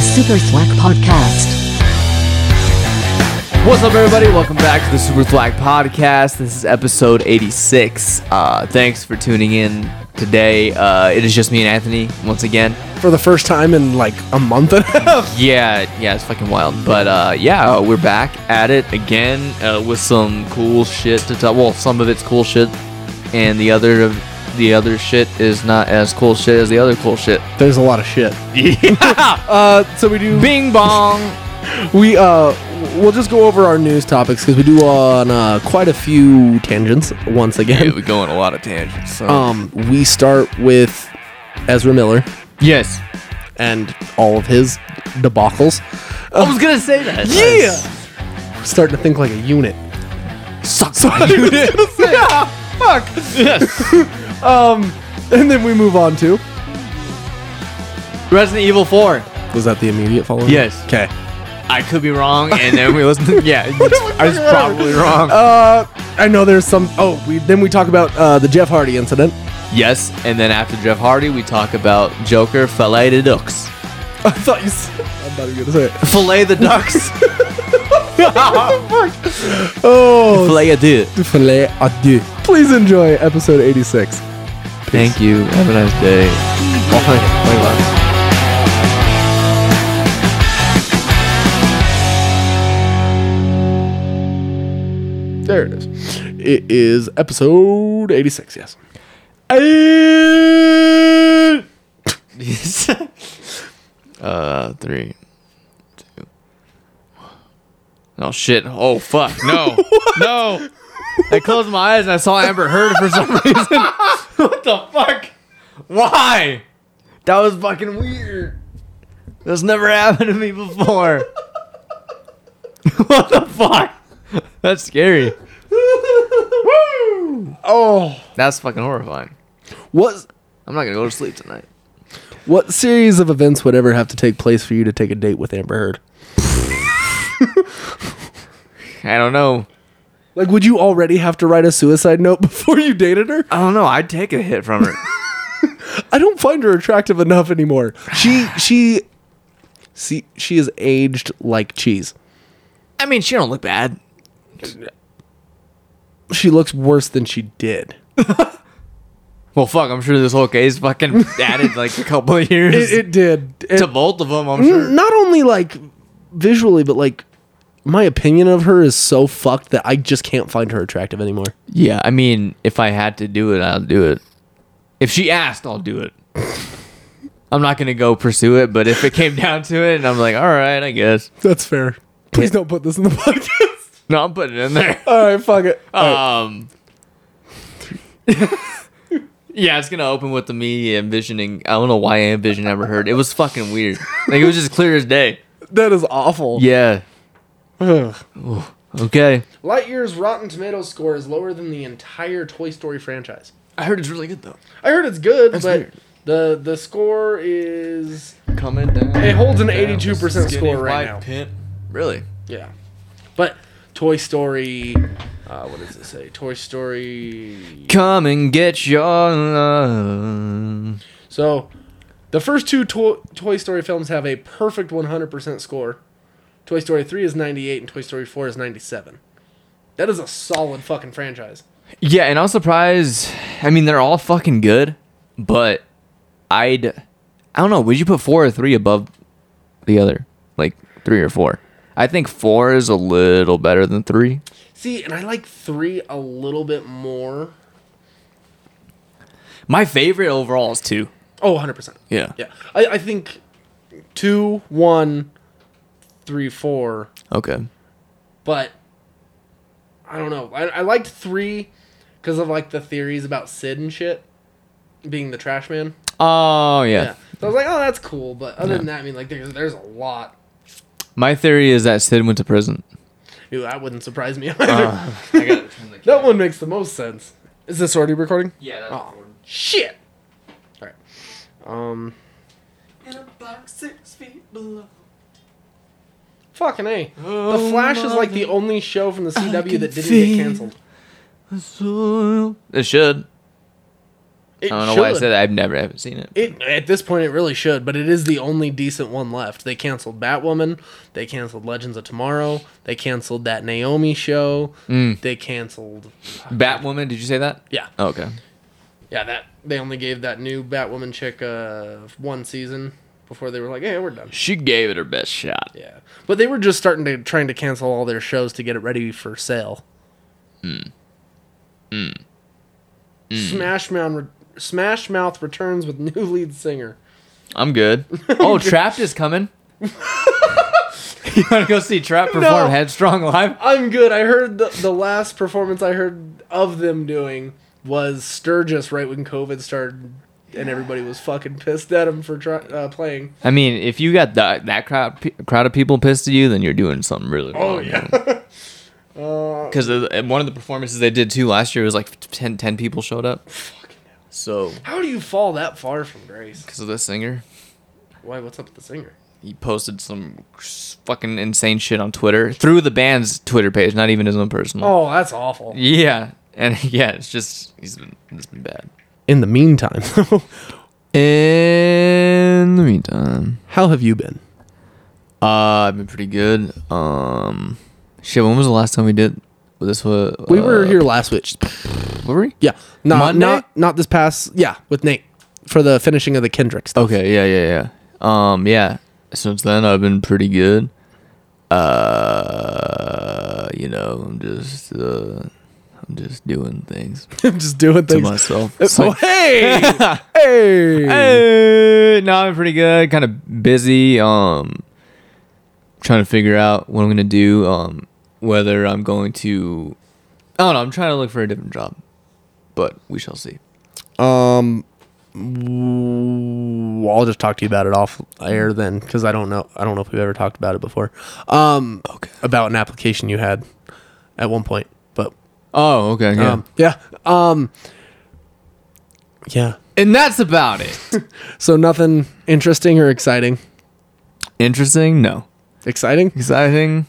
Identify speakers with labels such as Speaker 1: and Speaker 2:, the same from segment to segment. Speaker 1: Super Slack Podcast.
Speaker 2: What's up, everybody? Welcome back to the Super Thwack Podcast. This is episode 86. Uh, thanks for tuning in today. Uh, it is just me and Anthony once again.
Speaker 3: for the first time in like a month and a half.
Speaker 2: Yeah, yeah, it's fucking wild. But uh, yeah, we're back at it again uh, with some cool shit to talk. Well, some of it's cool shit, and the other of the other shit is not as cool shit as the other cool shit.
Speaker 3: There's a lot of shit.
Speaker 2: Yeah.
Speaker 3: Uh, so we do
Speaker 2: Bing bong.
Speaker 3: we uh we'll just go over our news topics because we do on uh, quite a few tangents once
Speaker 2: yeah,
Speaker 3: again.
Speaker 2: we go on a lot of tangents. So.
Speaker 3: Um, we start with Ezra Miller
Speaker 2: yes,
Speaker 3: and all of his debacles.
Speaker 2: I was gonna say that.
Speaker 3: We're starting to think like a unit.
Speaker 2: sucks.
Speaker 3: yeah, fuck.
Speaker 2: yes.
Speaker 3: Um, and then we move on to
Speaker 2: Resident Evil 4.
Speaker 3: was that the immediate follow?
Speaker 2: Yes.
Speaker 3: Okay.
Speaker 2: I could be wrong, and then we listen. To, yeah, I was probably wrong.
Speaker 3: Uh, I know there's some. Oh, we then we talk about uh, the Jeff Hardy incident.
Speaker 2: yes, and then after Jeff Hardy, we talk about Joker fillet the ducks.
Speaker 3: I thought you. Said, I'm not even gonna say it.
Speaker 2: Fillet the ducks.
Speaker 3: Oh,
Speaker 2: fillet a duck.
Speaker 3: filet à deux. Please enjoy episode 86.
Speaker 2: Thank you. Have a nice day.
Speaker 3: There it is. It is episode 86. Yes.
Speaker 2: uh, three, two. Oh shit! Oh fuck! No, no! I closed my eyes and I saw Amber Heard for some reason. what the fuck? Why? That was fucking weird. That's never happened to me before. what the fuck? That's scary.
Speaker 3: Oh,
Speaker 2: That's fucking horrifying.
Speaker 3: what
Speaker 2: I'm not gonna go to sleep tonight.
Speaker 3: what series of events would ever have to take place for you to take a date with Amber Heard?
Speaker 2: I don't know.
Speaker 3: Like, would you already have to write a suicide note before you dated her?
Speaker 2: I don't know. I'd take a hit from her.
Speaker 3: I don't find her attractive enough anymore. She she see she is aged like cheese.
Speaker 2: I mean, she don't look bad.
Speaker 3: She looks worse than she did.
Speaker 2: Well, fuck. I'm sure this whole case fucking added like a couple of years
Speaker 3: It, it did. It-
Speaker 2: to both of them. I'm sure.
Speaker 3: not only like visually, but like my opinion of her is so fucked that I just can't find her attractive anymore.
Speaker 2: Yeah, I mean, if I had to do it, I'll do it. If she asked, I'll do it. I'm not gonna go pursue it, but if it came down to it, and I'm like, all right, I guess.
Speaker 3: That's fair. Please don't put this in the podcast.
Speaker 2: No, I'm putting it in there.
Speaker 3: All right, fuck it. Uh,
Speaker 2: Um. yeah, it's gonna open with the me envisioning. I don't know why I envisioned ever heard. It was fucking weird. Like it was just clear as day.
Speaker 3: that is awful.
Speaker 2: Yeah.
Speaker 3: Ugh.
Speaker 2: Okay.
Speaker 3: Lightyear's Rotten Tomatoes score is lower than the entire Toy Story franchise.
Speaker 2: I heard it's really good though.
Speaker 3: I heard it's good, but
Speaker 2: weird.
Speaker 3: the the score is
Speaker 2: Coming down.
Speaker 3: It holds an
Speaker 2: down,
Speaker 3: 82%
Speaker 2: skinny
Speaker 3: score right
Speaker 2: white
Speaker 3: now.
Speaker 2: pit. Really?
Speaker 3: Yeah. But Toy Story. Uh, what does it say? Toy Story.
Speaker 2: Come and get your love.
Speaker 3: So, the first two to- Toy Story films have a perfect 100% score. Toy Story 3 is 98 and Toy Story 4 is 97. That is a solid fucking franchise.
Speaker 2: Yeah, and I was surprised. I mean, they're all fucking good, but I'd. I don't know. Would you put four or three above the other? Like three or four? I think four is a little better than three.
Speaker 3: See, and I like 3 a little bit more.
Speaker 2: My favorite overall is two.
Speaker 3: Oh, 100%.
Speaker 2: Yeah.
Speaker 3: Yeah. I, I think 2, 1, 3, 4.
Speaker 2: Okay.
Speaker 3: but I don't know. I, I liked three because of like the theories about Sid and shit being the trash man.
Speaker 2: Oh yeah.
Speaker 3: Yeah, so I was like, oh, that's cool. But other than that, I mean, like, there's there's a lot.
Speaker 2: My theory is that Sid went to prison.
Speaker 3: Ew, that wouldn't surprise me either. that one makes the most sense. Is this already recording?
Speaker 2: Yeah. That's
Speaker 3: Oh shit! All right. Um. Fucking a. the Flash is like the only show from the CW
Speaker 2: Oh, can
Speaker 3: that didn't get
Speaker 2: feel-
Speaker 3: canceled.
Speaker 2: It should.
Speaker 4: It
Speaker 2: I don't know why I
Speaker 4: should.
Speaker 2: said that. I've never I haven't seen it.
Speaker 4: It at this point it really should, but it is the only decent one left. They canceled Batwoman, they canceled Legends of Tomorrow, they canceled that Naomi show, they canceled
Speaker 2: Batwoman, did you say that?
Speaker 4: yeah
Speaker 2: Oh, okay.
Speaker 4: yeah that they only gave that new Batwoman chick uh, one season before they were like hey we're done
Speaker 2: She gave it her best shot.
Speaker 4: yeah but they were just starting to trying to cancel all their shows to get it ready for sale. Mm. Mm. Smash Mouth re- Smash Mouth returns with new lead singer.
Speaker 2: I'm good. Oh, Trapped is coming. you want to go see Trapped perform
Speaker 4: No.
Speaker 2: Headstrong live?
Speaker 4: I'm good. I heard the, the last performance I heard of them doing was Sturgis right when COVID started, and everybody was fucking pissed at him for try, uh, playing.
Speaker 2: I mean, if you got that that crowd pe- crowd of people pissed at you, then you're doing something really wrong.
Speaker 4: Oh, Uh,
Speaker 2: Because one of the performances they did too last year was like 10, 10 people showed up. So
Speaker 4: How do you fall that far from grace?
Speaker 2: because of this singer,
Speaker 4: Why? What's up with the singer?
Speaker 2: he posted some fucking insane shit on Twitter through the band's Twitter page, not even his own personal.
Speaker 4: Oh, that's awful.
Speaker 2: Yeah, and yeah, it's just he's been, it's been bad.
Speaker 4: In the meantime,
Speaker 2: In the meantime,
Speaker 4: how have you been?
Speaker 2: uh, I've been pretty good. Um, shit, when was the last time we did this? Was
Speaker 4: We were here last week.
Speaker 2: Were we?
Speaker 4: Yeah, not
Speaker 2: Monday?
Speaker 4: not not this past. Yeah, with Nate for the finishing of the Kendrick stuff.
Speaker 2: Okay, yeah, yeah, yeah. Um, yeah. Since then, I've been pretty good. Uh, you know, I'm just, uh, I'm just doing things Uh,
Speaker 4: just doing
Speaker 2: to
Speaker 4: things.
Speaker 2: myself. It's
Speaker 4: Oh,
Speaker 2: like,
Speaker 4: hey, hey,
Speaker 2: hey, no, I'm pretty good. Kind of busy. Um, trying to figure out what I'm gonna do. Um, whether I'm going to, I don't know. I'm trying to look for a different job, but we shall see.
Speaker 4: Um, w- I'll just talk to you about it off air then, because I don't know. I don't know if we've ever talked about it before. Um,
Speaker 2: Okay.
Speaker 4: about an application you had at one point, but
Speaker 2: Oh, okay. Yeah.
Speaker 4: um, yeah, um, yeah.
Speaker 2: and that's about it.
Speaker 4: So nothing interesting or exciting.
Speaker 2: Interesting? No.
Speaker 4: Exciting?
Speaker 2: Exciting?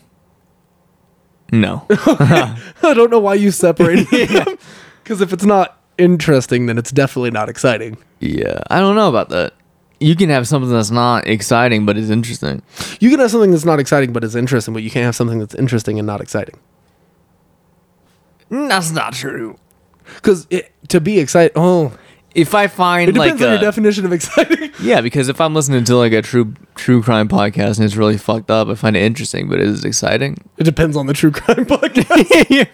Speaker 2: No.
Speaker 4: I don't know why you separated them. Because if it's not interesting, then it's definitely not exciting.
Speaker 2: yeah, I don't know about that. You can have something that's not exciting but is interesting.
Speaker 4: You can have something that's not exciting but is interesting, but you can't have something that's interesting and not exciting.
Speaker 2: That's not true.
Speaker 4: Because to be excited, oh,
Speaker 2: If I find
Speaker 4: It depends
Speaker 2: like
Speaker 4: on
Speaker 2: a-
Speaker 4: your definition of exciting.
Speaker 2: yeah, because if I'm listening to like a true true crime podcast and it's really fucked up, I find it interesting, but is it exciting?
Speaker 4: It depends on the true crime podcast.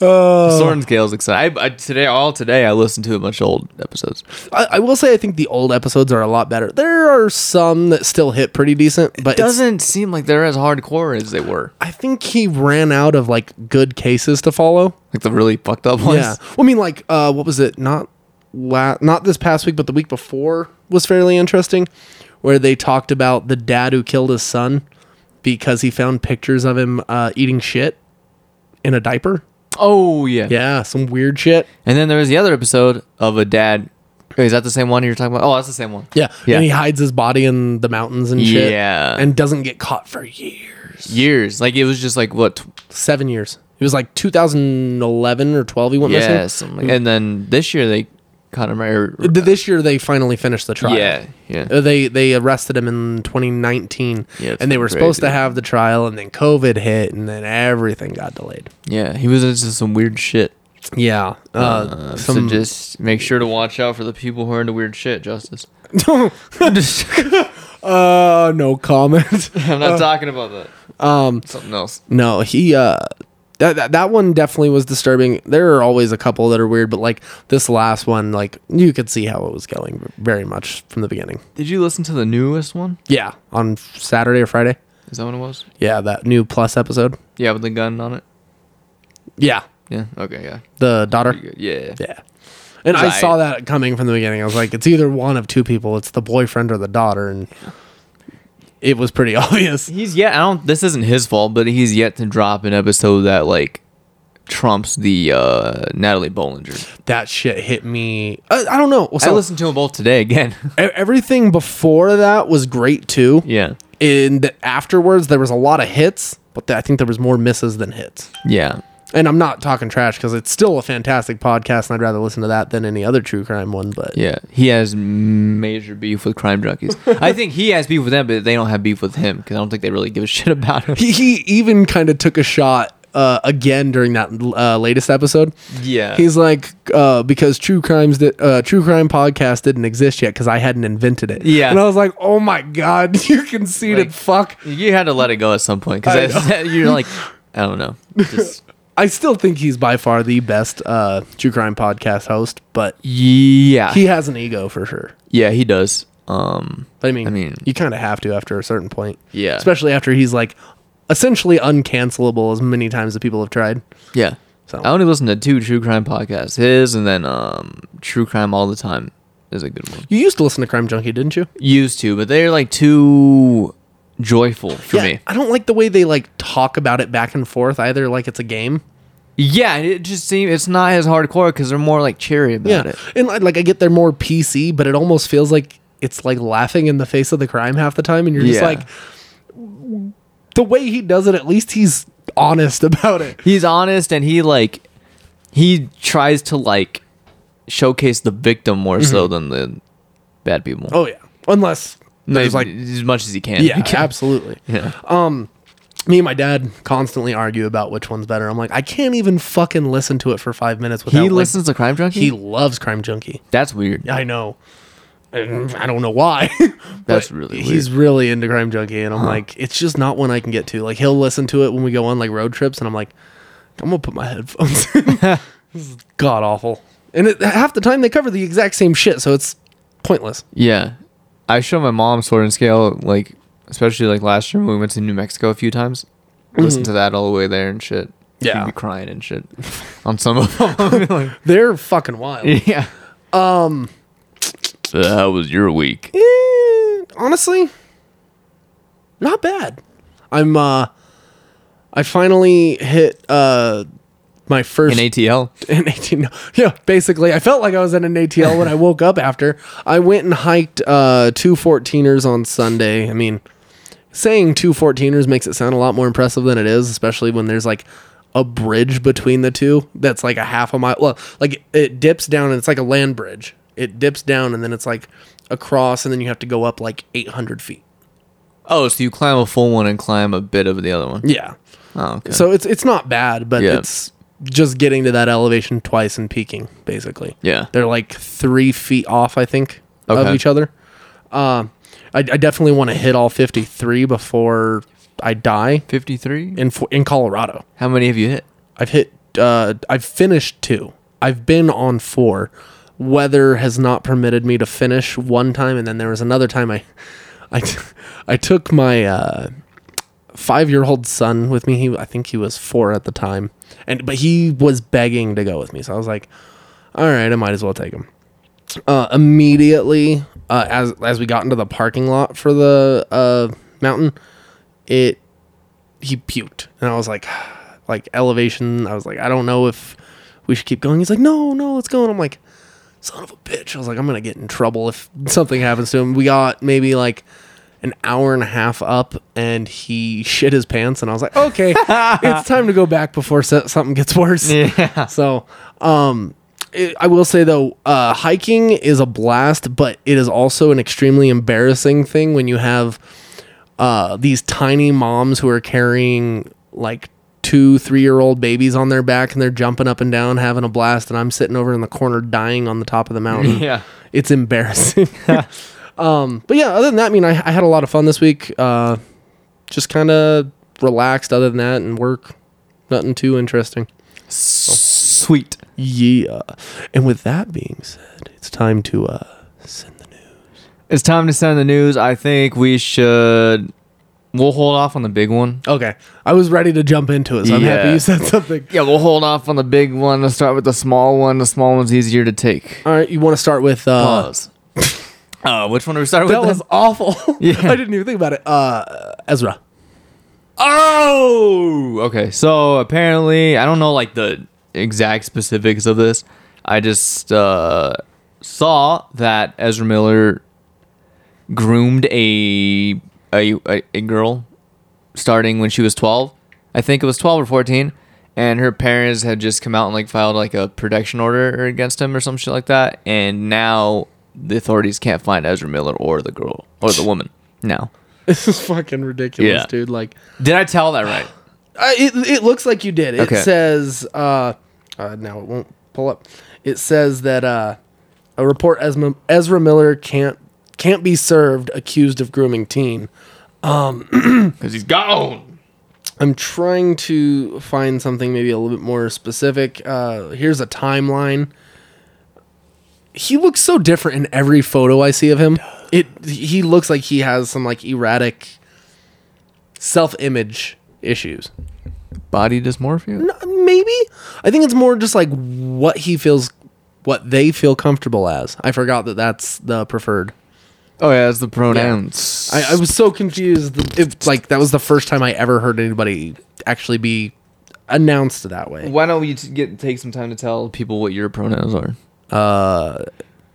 Speaker 4: Uh,
Speaker 2: Soren Scale's exciting. I, I, today, all today, I listened to a bunch of old episodes.
Speaker 4: I, I will say I think the old episodes are a lot better. There are some that still hit pretty decent, but it's-
Speaker 2: Doesn't seem like they're as hardcore as they were.
Speaker 4: I think he ran out of like good cases to follow.
Speaker 2: Like the really fucked up ones.
Speaker 4: Yeah, well, I mean, like uh, what was it? Not la- not this past week, but the week before was fairly interesting, where they talked about the dad who killed his son because he found pictures of him uh, eating shit in a diaper.
Speaker 2: Oh yeah.
Speaker 4: Yeah, some weird shit.
Speaker 2: And then there was the other episode of a dad. Wait, Is that the same one you're talking about? Oh, that's the same one.
Speaker 4: Yeah.
Speaker 2: Yeah.
Speaker 4: And he hides his body in the mountains and shit.
Speaker 2: Yeah.
Speaker 4: And doesn't get caught for years.
Speaker 2: Years. Like it was just like what? Tw-
Speaker 4: Seven years. It was like 2011 or 12 he went
Speaker 2: yeah.
Speaker 4: missing.
Speaker 2: Something like, and then this year they caught him. Or, or-
Speaker 4: Th- This year they finally finished the trial.
Speaker 2: yeah. Yeah.
Speaker 4: Uh, They they arrested him in 2019.
Speaker 2: Yeah, it's
Speaker 4: and they were
Speaker 2: crazy.
Speaker 4: supposed to have the trial and then COVID hit and then everything got delayed.
Speaker 2: Yeah. He was into some weird shit.
Speaker 4: Yeah. Uh,
Speaker 2: Uh,
Speaker 4: some
Speaker 2: so just make sure to watch out for the people who are into weird shit, Justice. Just-
Speaker 4: uh no comment.
Speaker 2: I'm not talking about that. Um, Something else.
Speaker 4: No, he uh that, that that one definitely was disturbing. There are always a couple that are weird, but like this last one, like you could see how it was going very much from the beginning.
Speaker 2: Did you listen to the newest one?
Speaker 4: Yeah, on Saturday or Friday.
Speaker 2: Is that what it was?
Speaker 4: Yeah, Uh, that new plus episode.
Speaker 2: Yeah, with the gun on it.
Speaker 4: Yeah,
Speaker 2: Yeah. Okay. Yeah.
Speaker 4: the daughter.
Speaker 2: Pretty good. Yeah.
Speaker 4: Yeah. And I
Speaker 2: Right.
Speaker 4: saw that coming from the beginning. I was like, it's either one of two people. It's the boyfriend or the daughter, and it was pretty obvious.
Speaker 2: He's yet. I don't. This isn't his fault, but he's yet to drop an episode that like trumps the uh, Natalie Bollinger.
Speaker 4: That shit hit me. Uh, I, I don't know. So
Speaker 2: I listened to them both today again.
Speaker 4: e- everything before that was great too.
Speaker 2: yeah.
Speaker 4: and afterwards there was a lot of hits but i think there was more misses than hits
Speaker 2: Yeah.
Speaker 4: And I'm not talking trash because it's still a fantastic podcast, and I'd rather listen to that than any other true crime one. But
Speaker 2: Yeah, he has major beef with crime junkies. I think he has beef with them, but they don't have beef with him because I don't think they really give a shit about him.
Speaker 4: he, he even kind of took a shot uh, again during that uh, latest episode.
Speaker 2: Yeah.
Speaker 4: he's like uh, because true crimes that uh, true crime podcast didn't exist yet because I hadn't invented it.
Speaker 2: Yeah.
Speaker 4: and I was like, oh my god, you conceited
Speaker 2: Like-
Speaker 4: fuck.
Speaker 2: You had to let it go at some point because you're like, I don't know. Just,
Speaker 4: I still think he's by far the best uh, true crime podcast host, but
Speaker 2: yeah,
Speaker 4: he has an ego for sure.
Speaker 2: yeah, he does. Um,
Speaker 4: But I mean,
Speaker 2: I mean-
Speaker 4: you kind of have to after a certain point.
Speaker 2: Yeah.
Speaker 4: especially after he's like essentially uncancelable as many times as people have tried.
Speaker 2: yeah.
Speaker 4: So-
Speaker 2: I only listen to two true crime podcasts, his and then um, True Crime All the Time is a good one.
Speaker 4: You used to listen to Crime Junkie, didn't you?
Speaker 2: Used to, but they're like too joyful for me.
Speaker 4: I don't like the way they like talk about it back and forth either. Like it's a game.
Speaker 2: Yeah, it just seems it's not as hardcore because they're more like cheery about it.
Speaker 4: and like, like I get they're more PC, but it almost feels like it's like laughing in the face of the crime half the time, and you're just
Speaker 2: Yeah.
Speaker 4: like, the way he does it. At least he's honest about it.
Speaker 2: he's honest and he like he tries to like showcase the victim more so than the bad people.
Speaker 4: Mm-hmm. Oh yeah, unless there's
Speaker 2: Maybe
Speaker 4: like
Speaker 2: as much as he can.
Speaker 4: yeah, absolutely.
Speaker 2: yeah.
Speaker 4: Um, Me and my dad constantly argue about which one's better. I'm like, I can't even fucking listen to it for five minutes without.
Speaker 2: he
Speaker 4: like-
Speaker 2: listens to Crime Junkie.
Speaker 4: He loves Crime Junkie.
Speaker 2: That's weird.
Speaker 4: I know. And I don't know why.
Speaker 2: Mm. That's
Speaker 4: But
Speaker 2: really
Speaker 4: He's really into Crime Junkie, and I'm like, it's just not one I can get to. Like, he'll listen to it when we go on like road trips, and I'm like, I'm gonna put my headphones in. this is god awful. And it, half the time they cover the exact same shit, so it's pointless.
Speaker 2: Yeah, I show my mom Sword and Scale like especially like last year when we went to New Mexico a few times. Listen to that all the way there and shit.
Speaker 4: Mm-hmm. Yeah.
Speaker 2: She'd be crying and shit on some of them.
Speaker 4: They're fucking wild.
Speaker 2: yeah. Um. How was your week?
Speaker 4: Eh, honestly, not bad. I'm uh I finally hit uh my
Speaker 2: In
Speaker 4: first
Speaker 2: ATL.
Speaker 4: an 18 yeah basically i felt like i was in an atl when i woke up after i went and hiked uh two 14ers on sunday i mean saying two 14ers makes it sound a lot more impressive than it is especially when there's like a bridge between the two that's like a half a mile well like it dips down and it's like a land bridge it dips down and then it's like across and then you have to go up like 800 feet
Speaker 2: Oh, so you climb a full one and climb a bit of the other one.
Speaker 4: yeah
Speaker 2: Oh, okay.
Speaker 4: so it's it's not bad but
Speaker 2: Yeah.
Speaker 4: it's just getting to that elevation twice and peaking basically
Speaker 2: yeah,
Speaker 4: They're like three feet off, I think, of
Speaker 2: Okay.
Speaker 4: each other. Um, I, I definitely want to hit all 53 before I die
Speaker 2: fifty-three.
Speaker 4: in Fo- in Colorado.
Speaker 2: How many have you hit?
Speaker 4: I've hit, uh, I've finished two. I've been on four. Weather has not permitted me to finish one time, and then there was another time I, I, t- I took my uh, five-year-old son with me. He, I think he was four at the time, and but he was begging to go with me, so I was like, all right, I might as well take him. Uh, immediately, uh, as as we got into the parking lot for the uh, mountain, it he puked, and I was like, like elevation. I was like, I don't know if we should keep going. He's like, no, no, let's go. And I'm like, son of a bitch. I was like, I'm gonna get in trouble if something happens to him. We got maybe like an hour and a half up, and he shit his pants, and I was like, okay, it's time to go back before so- something gets worse.
Speaker 2: Yeah.
Speaker 4: So, um, it, I will say though, uh, hiking is a blast, but it is also an extremely embarrassing thing when you have uh, these tiny moms who are carrying like two, three year old babies on their back and they're jumping up and down, having a blast, and I'm sitting over in the corner dying on the top of the mountain.
Speaker 2: Yeah.
Speaker 4: It's embarrassing. um, but yeah, other than that, I mean, I, I had a lot of fun this week. Uh, just kind of relaxed, other than that, and work. Nothing too interesting.
Speaker 2: Sweet.
Speaker 4: Yeah. And with that being said, it's time to uh send the news.
Speaker 2: It's time to send the news. I think we should. We'll hold off on the big one.
Speaker 4: Okay. I was ready to jump into it, so I'm happy
Speaker 2: Yeah.
Speaker 4: you said something.
Speaker 2: Yeah, we'll hold off on the big one. Let's start with the small one. The small one's easier to take.
Speaker 4: All right, you want to start with uh
Speaker 2: Pause. Uh, Oh. which one do we start with?
Speaker 4: That was awful.
Speaker 2: Yeah.
Speaker 4: I didn't even think about it. Uh Ezra.
Speaker 2: Oh, okay. So apparently, I don't know like the exact specifics of this. I just uh, saw that Ezra Miller groomed a a a, a girl starting when she was 12. I think it was 12 or 14 and her parents had just come out and like filed like a protection order against him or some shit like that. And now the authorities can't find Ezra Miller or the girl or the woman. Now,
Speaker 4: This is fucking ridiculous,
Speaker 2: Yeah.
Speaker 4: dude. Like,
Speaker 2: did I tell that right?
Speaker 4: I it, it looks like you did. It
Speaker 2: Okay.
Speaker 4: says, uh, uh, now it won't pull up. It says that uh, a report Esma, Ezra Miller can't can't be served accused of grooming teen. Um,
Speaker 2: Because he's gone.
Speaker 4: I'm trying to find something maybe a little bit more specific. Uh, here's a timeline. He looks so different in every photo I see of him. It he looks like he has some like erratic self-image issues.
Speaker 2: Body dysmorphia.
Speaker 4: maybe i think it's more just like what he feels what they feel comfortable as i forgot that that's the preferred
Speaker 2: Oh yeah, it's the pronouns.
Speaker 4: i, I was so confused that it, like that was the first time i ever heard anybody actually be announced that way
Speaker 2: Why don't you t- get take some time to tell people what your pronouns are?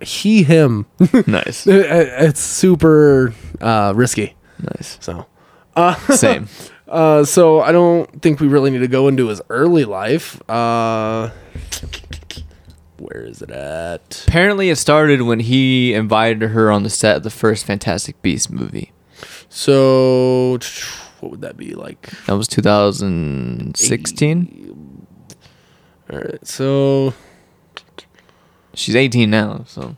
Speaker 4: he him
Speaker 2: nice,
Speaker 4: Mm. it's super uh risky
Speaker 2: nice.
Speaker 4: so
Speaker 2: Same.
Speaker 4: uh so i don't think we really need to go into his early life uh where is it at
Speaker 2: Apparently, it started when he invited her on the set of the first Fantastic Beast movie.
Speaker 4: so what would that be like
Speaker 2: That was 2016.
Speaker 4: all right so
Speaker 2: She's 18 now, so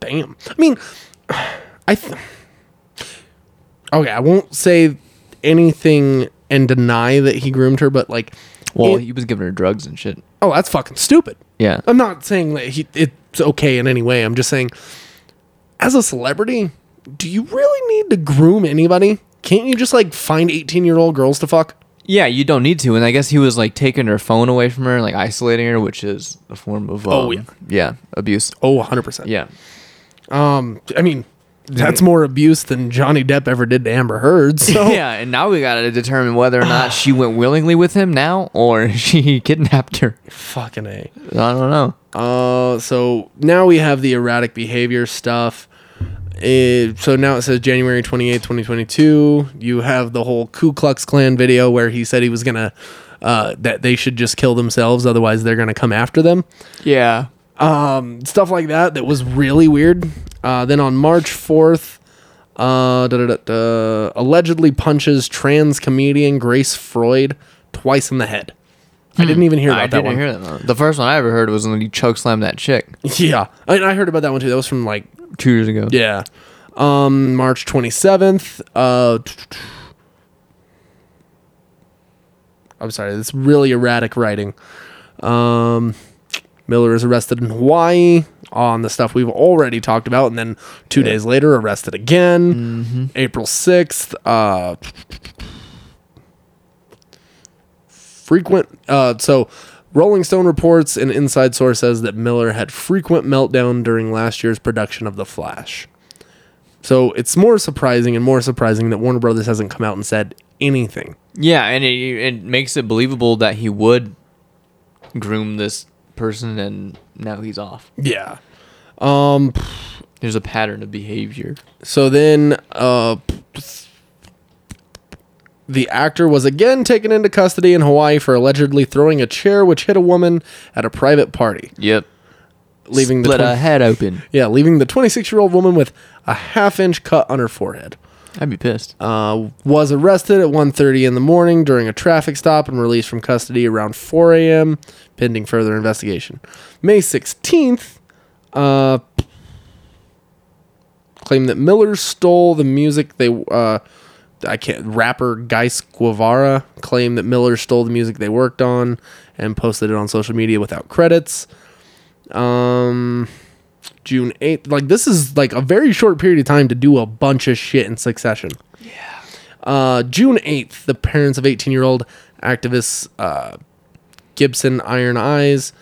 Speaker 4: Damn. I mean, I. Th- okay, I won't say anything and deny that he groomed her, but like,
Speaker 2: well,
Speaker 4: it-
Speaker 2: he was giving her drugs and shit.
Speaker 4: oh, that's fucking stupid.
Speaker 2: Yeah,
Speaker 4: I'm not saying that he it's okay in any way. I'm just saying, as a celebrity, do you really need to groom anybody? Can't you just like find 18 year old girls to fuck?
Speaker 2: yeah. You don't need to, and I guess he was like taking her phone away from her, like isolating her, which is a form of um,
Speaker 4: Oh, yeah.
Speaker 2: yeah, abuse.
Speaker 4: Oh, 100 percent.
Speaker 2: Yeah,
Speaker 4: Um, I mean, that's more abuse than Johnny Depp ever did to Amber Heard. So
Speaker 2: yeah. And now we gotta determine whether or not she went willingly with him now, or she kidnapped her.
Speaker 4: fucking a.
Speaker 2: I don't know.
Speaker 4: Uh, so now we have the erratic behavior stuff. Uh, so now it says January 28th, 2022. You have the whole Ku Klux Klan video where he said he was going to, uh, that they should just kill themselves, otherwise they're going to come after them.
Speaker 2: Yeah.
Speaker 4: Um, stuff like that that was really weird. Uh, then on March 4th, uh, da, da, da, da, allegedly punches trans comedian Grace Freud twice in the head. I didn't even hear about
Speaker 2: Hmm. I
Speaker 4: that
Speaker 2: didn't
Speaker 4: one.
Speaker 2: hear that. One. The first one I ever heard was when he choke slammed that chick
Speaker 4: Yeah, and I heard about that one too. That was from like
Speaker 2: two years ago.
Speaker 4: Yeah. Um, March 27th. Uh, t- t- I'm sorry, that's really erratic writing. Um, Miller is arrested in Hawaii on the stuff we've already talked about, and then two days later, arrested again. April 6th. Uh, frequent. Uh, so. Rolling Stone reports an inside source says that Miller had frequent meltdown during last year's production of The Flash. So it's more surprising and more surprising that Warner Brothers hasn't come out and said anything.
Speaker 2: Yeah, and it, it makes it believable that he would groom this person, and now he's off.
Speaker 4: Yeah.
Speaker 2: There's a pattern of behavior.
Speaker 4: So then, uh, the actor was again taken into custody in Hawaii for allegedly throwing a chair which hit a woman at a private party,
Speaker 2: Yep.
Speaker 4: leaving
Speaker 2: Split
Speaker 4: the
Speaker 2: a
Speaker 4: twen-
Speaker 2: head open.
Speaker 4: yeah, leaving the 26 year old woman with a half inch cut on her forehead.
Speaker 2: I'd be pissed.
Speaker 4: uh, was arrested at 1.30 in the morning during a traffic stop and released from custody around 4 a.m. pending further investigation. May 16th, uh, claimed that Miller stole the music they... Uh, I can't... Rapper Geis Guevara claimed that Miller stole the music they worked on and posted it on social media without credits. Um... June 8th. Like, this is like a very short period of time to do a bunch of shit in succession. Uh, June 8th, the parents of 18 year old activist uh, Gibson Iron Eyes.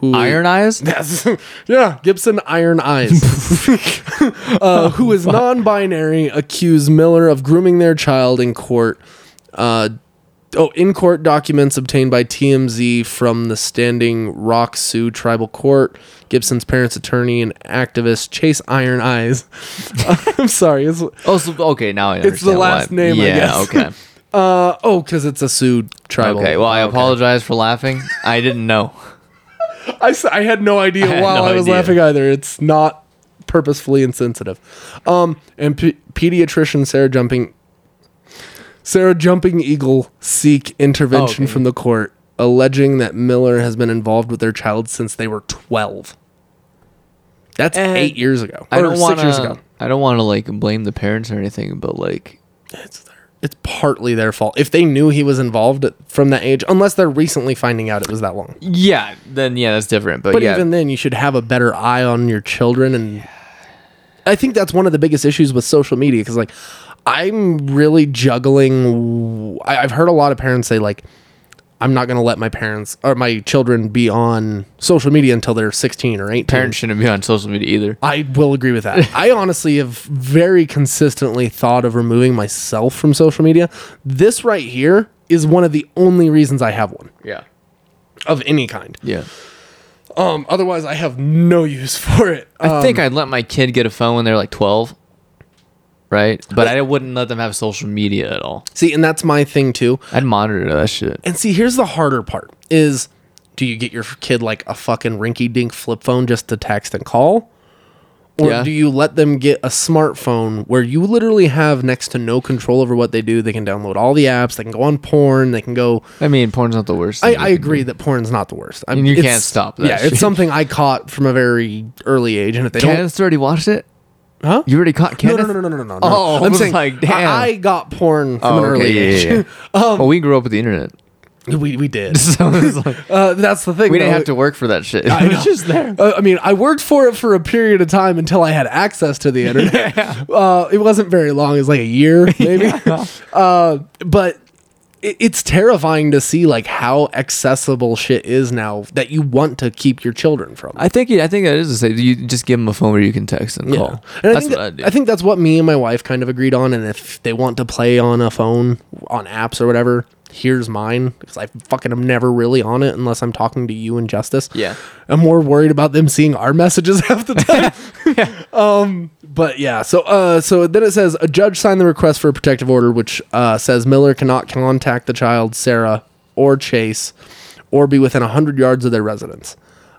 Speaker 4: Who,
Speaker 2: Iron Eyes?
Speaker 4: Yes. yeah, Gibson Iron Eyes. uh, who is non binary, accused Miller of grooming their child in court. Uh, oh, in court documents obtained by TMZ from the Standing Rock Sioux Tribal Court. Gibson's parents' attorney and activist Chase Iron Eyes. I'm sorry. It's,
Speaker 2: Oh, so, okay, now I understand.
Speaker 4: it's the last
Speaker 2: why.
Speaker 4: name, I
Speaker 2: Yeah,
Speaker 4: guess.
Speaker 2: okay.
Speaker 4: Uh, oh, because it's a Sioux tribal.
Speaker 2: Okay, well, I apologize for laughing. I didn't know.
Speaker 4: I, s- I had no idea
Speaker 2: had
Speaker 4: while
Speaker 2: no
Speaker 4: I was
Speaker 2: idea.
Speaker 4: laughing either. It's not purposefully insensitive. Um, and p- pediatrician Sarah Jumping Sarah Jumping Eagle seek
Speaker 2: Oh,
Speaker 4: intervention
Speaker 2: okay.
Speaker 4: from the court, alleging that Miller has been involved with their child since they were twelve. That's
Speaker 2: And
Speaker 4: eight years ago.
Speaker 2: I
Speaker 4: or
Speaker 2: don't want
Speaker 4: six years ago.
Speaker 2: to. I don't want to like blame the parents or anything, but like,
Speaker 4: It's partly their fault if they knew he was involved at- from that age, unless they're recently finding out it was that long.
Speaker 2: yeah, then yeah, that's different. But,
Speaker 4: But
Speaker 2: yeah,
Speaker 4: even then, you should have a better eye on your children. And I think that's one of the biggest issues with social media because, like, I'm really juggling. I, I've heard a lot of parents say, like, I'm not going to let my parents or my children be on social media until they're 16 or 18.
Speaker 2: parents shouldn't be on social media either.
Speaker 4: I will agree with that. I honestly have very consistently thought of removing myself from social media. This right here is one of the only reasons I have one
Speaker 2: Yeah,
Speaker 4: of any kind.
Speaker 2: yeah.
Speaker 4: Um, otherwise, I have no use for it.
Speaker 2: I think I'd let my kid get a phone when they're like twelve, right? But I wouldn't let them have social media at all.
Speaker 4: See, and that's my thing too.
Speaker 2: I'd monitor that shit.
Speaker 4: And see, here's the harder part is do you get your kid like a fucking rinky dink flip phone just to text and call? Or
Speaker 2: Yeah.
Speaker 4: do you let them get a smartphone where you literally have next to no control over what they do? They can download all the apps, they can go on porn, they can go
Speaker 2: I mean, porn's not the worst.
Speaker 4: I,
Speaker 2: thing.
Speaker 4: I agree that porn's not the worst. I
Speaker 2: And you
Speaker 4: it's-
Speaker 2: can't stop that
Speaker 4: Yeah,
Speaker 2: shit.
Speaker 4: it's something I caught from a very early age, and if they don't,
Speaker 2: Kenneth's already watched it.
Speaker 4: huh?
Speaker 2: You already caught
Speaker 4: no,
Speaker 2: Kenneth.
Speaker 4: no, no, no, no, no, no.
Speaker 2: Oh, I
Speaker 4: I'm
Speaker 2: was
Speaker 4: saying
Speaker 2: like, damn.
Speaker 4: I, I got porn from
Speaker 2: Oh, okay,
Speaker 4: an early Um,
Speaker 2: yeah,
Speaker 4: age.
Speaker 2: yeah, well, we grew up with the internet,
Speaker 4: we we did.
Speaker 2: so it's like,
Speaker 4: Uh, that's the thing.
Speaker 2: we didn't
Speaker 4: though.
Speaker 2: have to work for that shit. I
Speaker 4: know. Uh, I mean, I worked for it for a period of time until I had access to the internet. Uh, it wasn't very long; it was like a year, maybe. uh, but it, it's terrifying to see like how accessible shit is now that you want to keep your children from.
Speaker 2: I think I think that is the same. You just give them a phone where you can text and call.
Speaker 4: And I
Speaker 2: That's what
Speaker 4: think that-
Speaker 2: I do.
Speaker 4: I think that's what me and my wife kind of agreed on. And if they want to play on a phone, on apps or whatever, here's mine because I fucking am never really on it unless I'm talking to you and Justice.
Speaker 2: Yeah.
Speaker 4: I'm more worried about them seeing our messages half the time. Um, but yeah, so uh, so then it says a judge signed the request for a protective order, which uh, says Miller cannot contact the child Sarah or Chase, or be within hundred yards of their residence.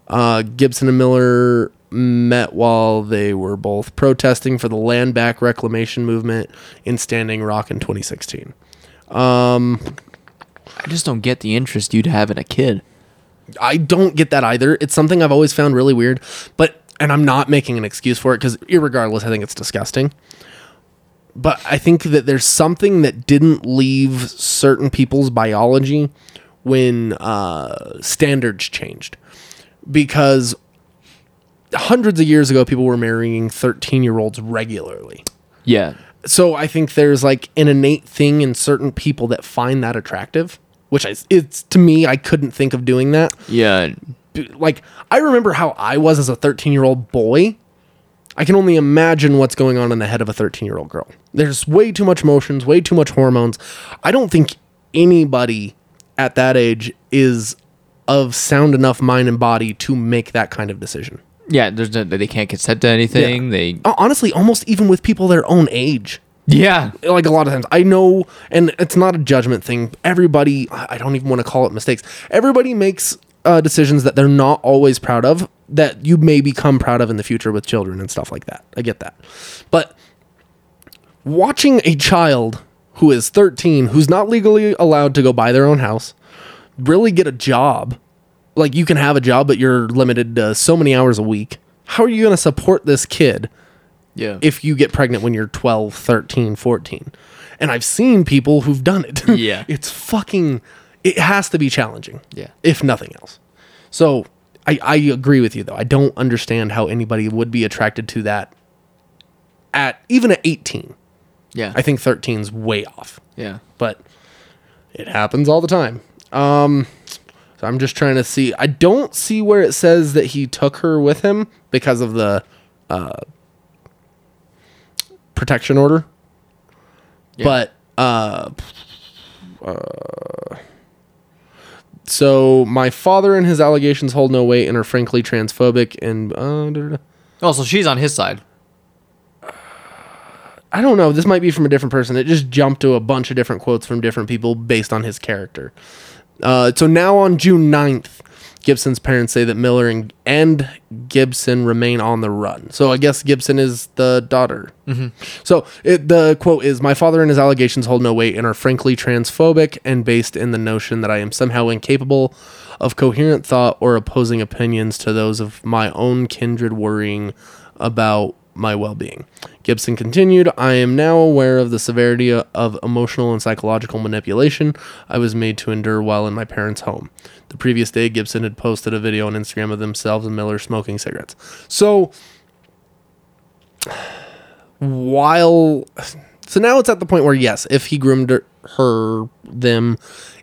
Speaker 4: Uh, Gibson and Miller met while they were both protesting for the land back reclamation movement in Standing Rock in 2016.
Speaker 2: I just don't get the interest you'd have in a kid.
Speaker 4: I don't get that either. It's something I've always found really weird, but and I'm not making an excuse for it because, irregardless, I think it's disgusting. But I think that there's something that didn't leave certain people's biology when uh, standards changed, because hundreds of years ago, people were marrying 13 year olds regularly.
Speaker 2: Yeah,
Speaker 4: So I think there's like an innate thing in certain people that find that attractive, which I, it's to me, I couldn't think of doing that
Speaker 2: yeah.
Speaker 4: like I remember how I was as a 13 year old boy. I can only imagine what's going on in the head of a 13 year old girl. There's way too much emotions, way too much hormones. I don't think anybody at that age is of sound enough mind and body to make that kind of decision.
Speaker 2: Yeah, there's no, they can't consent to anything. They
Speaker 4: Hon- Honestly, almost even with people their own age.
Speaker 2: yeah,
Speaker 4: Like a lot of times, I know, and it's not a judgment thing. Everybody, I I don't even want to call it mistakes. Everybody makes uh, decisions that they're not always proud of, that you may become proud of in the future with children and stuff like that. I get that. But watching a child who is 13, who's not legally allowed to go buy their own house, really get a job. Like you can have a job, but you're limited to so many hours a week. How are you going to support this kid
Speaker 2: yeah,
Speaker 4: if you get pregnant when you're 12, 13, 14. And I've seen people who've done it.
Speaker 2: Yeah.
Speaker 4: it's fucking, it has to be challenging.
Speaker 2: Yeah.
Speaker 4: If nothing else. So I, I agree with you, though. I don't understand how anybody would be attracted to that at even at 18.
Speaker 2: yeah,
Speaker 4: I think 13's way off,
Speaker 2: yeah.
Speaker 4: but it happens all the time. Um, so I'm just trying to see. I don't see where it says that he took her with him because of the uh, protection order. But uh, uh, so my father and his allegations hold no weight and are frankly transphobic and uh, da, da, da.
Speaker 2: Oh, so she's on his side.
Speaker 4: I don't know. This might be from a different person. It just jumped to a bunch of different quotes from different people based on his character. Uh, so now on June 9th, Gibson's parents say that Miller and, and Gibson remain on the run. So I guess Gibson is the daughter. So it, the quote is My father and his allegations hold no weight and are frankly transphobic and based in the notion that I am somehow incapable of coherent thought or opposing opinions to those of my own kindred, worrying about my well being. Gibson continued, I am now aware of the severity of emotional and psychological manipulation I was made to endure while in my parents' home. The previous day, Gibson had posted a video on Instagram of themselves and Miller smoking cigarettes. So, while. So now it's at the point where, yes, if he groomed her- her, them,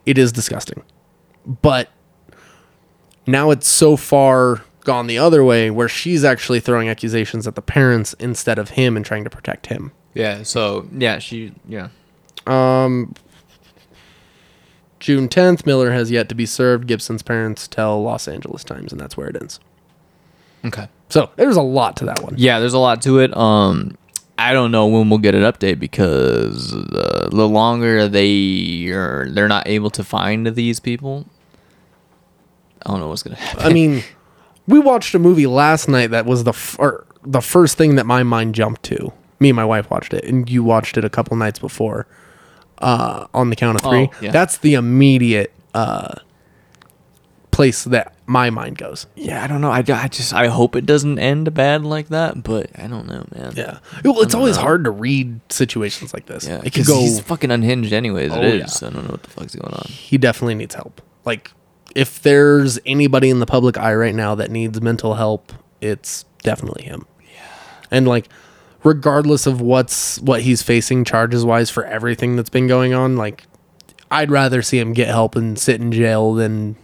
Speaker 4: it is disgusting. But now it's so far gone the other way where she's actually throwing accusations at the parents instead of him and trying to protect him.
Speaker 2: Yeah. So yeah, she yeah.
Speaker 4: Um, June 10th, Miller has yet to be served. Gibson's parents tell Los Angeles Times, and that's where it ends.
Speaker 2: Okay.
Speaker 4: So there's a lot to that one.
Speaker 2: Yeah, there's a lot to it. Um, I don't know when we'll get an update because uh, the longer they are, they're not able to find these people. I don't know what's gonna happen.
Speaker 4: I mean, we watched a movie last night that was the f- or the first thing that my mind jumped to. Me and my wife watched it, and you watched it a couple nights before. Uh, on the count of three.
Speaker 2: yeah.
Speaker 4: that's the immediate uh, place that my mind goes.
Speaker 2: yeah, I don't know. I, I just I hope it doesn't end bad like that, but I don't know, man.
Speaker 4: Yeah, well, it's always hard to read situations like this.
Speaker 2: Yeah,
Speaker 4: it could
Speaker 2: because
Speaker 4: go.
Speaker 2: he's fucking unhinged, anyways.
Speaker 4: Oh,
Speaker 2: it is.
Speaker 4: yeah.
Speaker 2: I don't know what the fuck's going on.
Speaker 4: he definitely needs help. Like, if there's anybody in the public eye right now that needs mental help, it's definitely him. Yeah. And like, regardless of what's what he's facing charges wise for everything that's been going on, like, I'd rather see him get help and sit in jail than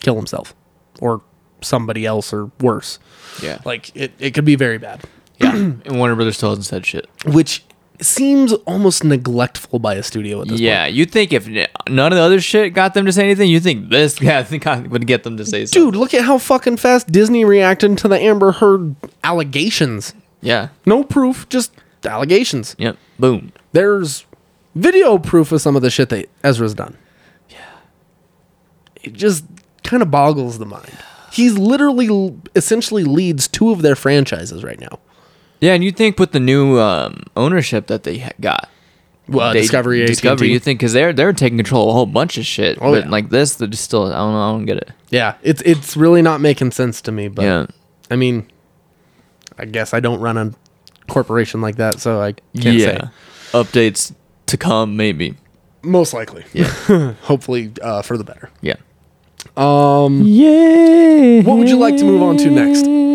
Speaker 4: kill himself or somebody else or worse.
Speaker 2: Yeah, like
Speaker 4: Like, it, it could be very bad
Speaker 2: yeah. And Warner Brothers still hasn't said shit.
Speaker 4: which seems almost neglectful by a studio at this point.
Speaker 2: Yeah, you'd think if n- none of the other shit got them to say anything, you think this guy got- would get them to say something.
Speaker 4: Dude, look at how fucking fast Disney reacted to the Amber Heard allegations.
Speaker 2: Yeah.
Speaker 4: No proof, just allegations.
Speaker 2: Yep. Boom.
Speaker 4: There's video proof of some of the shit that Ezra's done. Yeah. It just kind of boggles the mind. He's literally l- essentially leads two of their franchises right now.
Speaker 2: Yeah, and you think with the new um, ownership that they ha- got,
Speaker 4: Well,
Speaker 2: they-
Speaker 4: Discovery,
Speaker 2: Uh,
Speaker 4: AT&T.
Speaker 2: Discovery, you think because they're they're taking control of a whole bunch of shit,
Speaker 4: Oh,
Speaker 2: but
Speaker 4: yeah.
Speaker 2: like this, they're just still I don't know, I don't get it.
Speaker 4: Yeah, it's it's really not making sense to me. But
Speaker 2: Yeah.
Speaker 4: I mean, I guess I don't run a corporation like that, so I can't say.
Speaker 2: yeah, updates to come maybe.
Speaker 4: Most likely. Yeah. Hopefully, uh, for the better.
Speaker 2: Yeah.
Speaker 4: Um, What would you like to move on to next?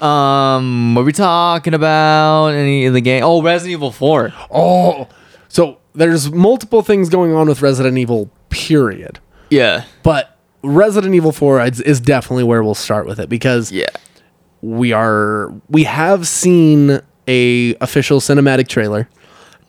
Speaker 2: Um, what are we talking about? Any of the game? Oh, Resident Evil Four.
Speaker 4: Oh, so there's multiple things going on with Resident Evil. Period.
Speaker 2: Yeah.
Speaker 4: But Resident Evil Four is, is definitely where we'll start with it because
Speaker 2: Yeah.
Speaker 4: we are we have seen a official cinematic trailer,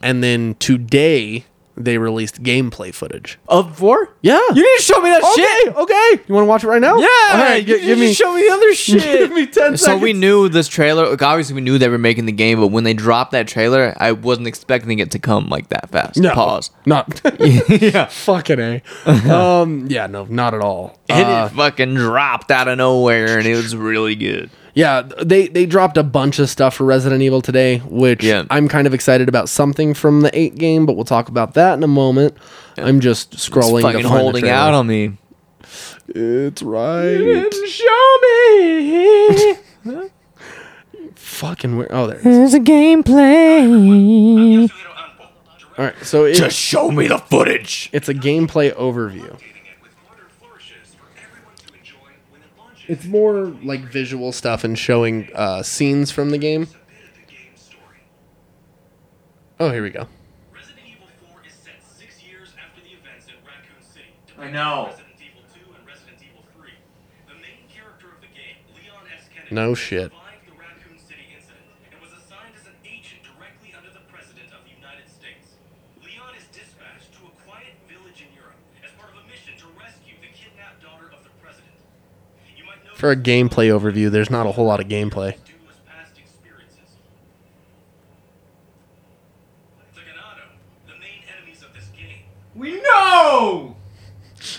Speaker 4: and then today they released gameplay footage.
Speaker 2: Of four?
Speaker 4: Yeah.
Speaker 2: You need to show me that shit.
Speaker 4: Okay. Okay. You want to watch it right now?
Speaker 2: Yeah,
Speaker 4: All right.
Speaker 2: you
Speaker 4: gi- give me.
Speaker 2: show me the other shit.
Speaker 4: Give me 10
Speaker 2: So we
Speaker 4: seconds.
Speaker 2: knew this trailer. Like obviously, we knew they were making the game, but when they dropped that trailer, I wasn't expecting it to come like that fast.
Speaker 4: No,
Speaker 2: Pause.
Speaker 4: Not.
Speaker 2: yeah,
Speaker 4: fucking a. um. Yeah. No. Not at all. Uh,
Speaker 2: it Uh, fucking dropped out of nowhere, and it was really good.
Speaker 4: Yeah, they they dropped a bunch of stuff for Resident Evil today, which
Speaker 2: Yeah.
Speaker 4: I'm kind of excited about something from the 8 game, but we'll talk about that in a moment. I'm just
Speaker 2: It's
Speaker 4: scrolling
Speaker 2: fucking
Speaker 4: to find the
Speaker 2: holding
Speaker 4: trailer.
Speaker 2: out on me.
Speaker 4: It's right.
Speaker 2: Show me.
Speaker 4: Fucking weird. Oh, there. It
Speaker 2: There's
Speaker 4: is.
Speaker 2: a gameplay.
Speaker 4: All right. So it,
Speaker 2: Just show me the footage.
Speaker 4: it's a gameplay overview. It's more like visual stuff and showing uh, scenes from the game. Oh, here we go.
Speaker 5: Resident Evil 4 is set six years after the events at Raccoon City.
Speaker 2: I know.
Speaker 5: Resident Evil 2 and Resident Evil 3. The main character of the game, Leon S. Kennedy,
Speaker 4: No shit.
Speaker 5: survived the Raccoon City incident and was assigned as an agent directly under the President of the United States. Leon is dispatched to a quiet village in Europe as part of a mission to rescue the kidnapped daughter of the President. You might know
Speaker 4: For a gameplay overview, there's not a whole lot of gameplay.
Speaker 5: due to his past experiences.
Speaker 3: We know.
Speaker 4: It's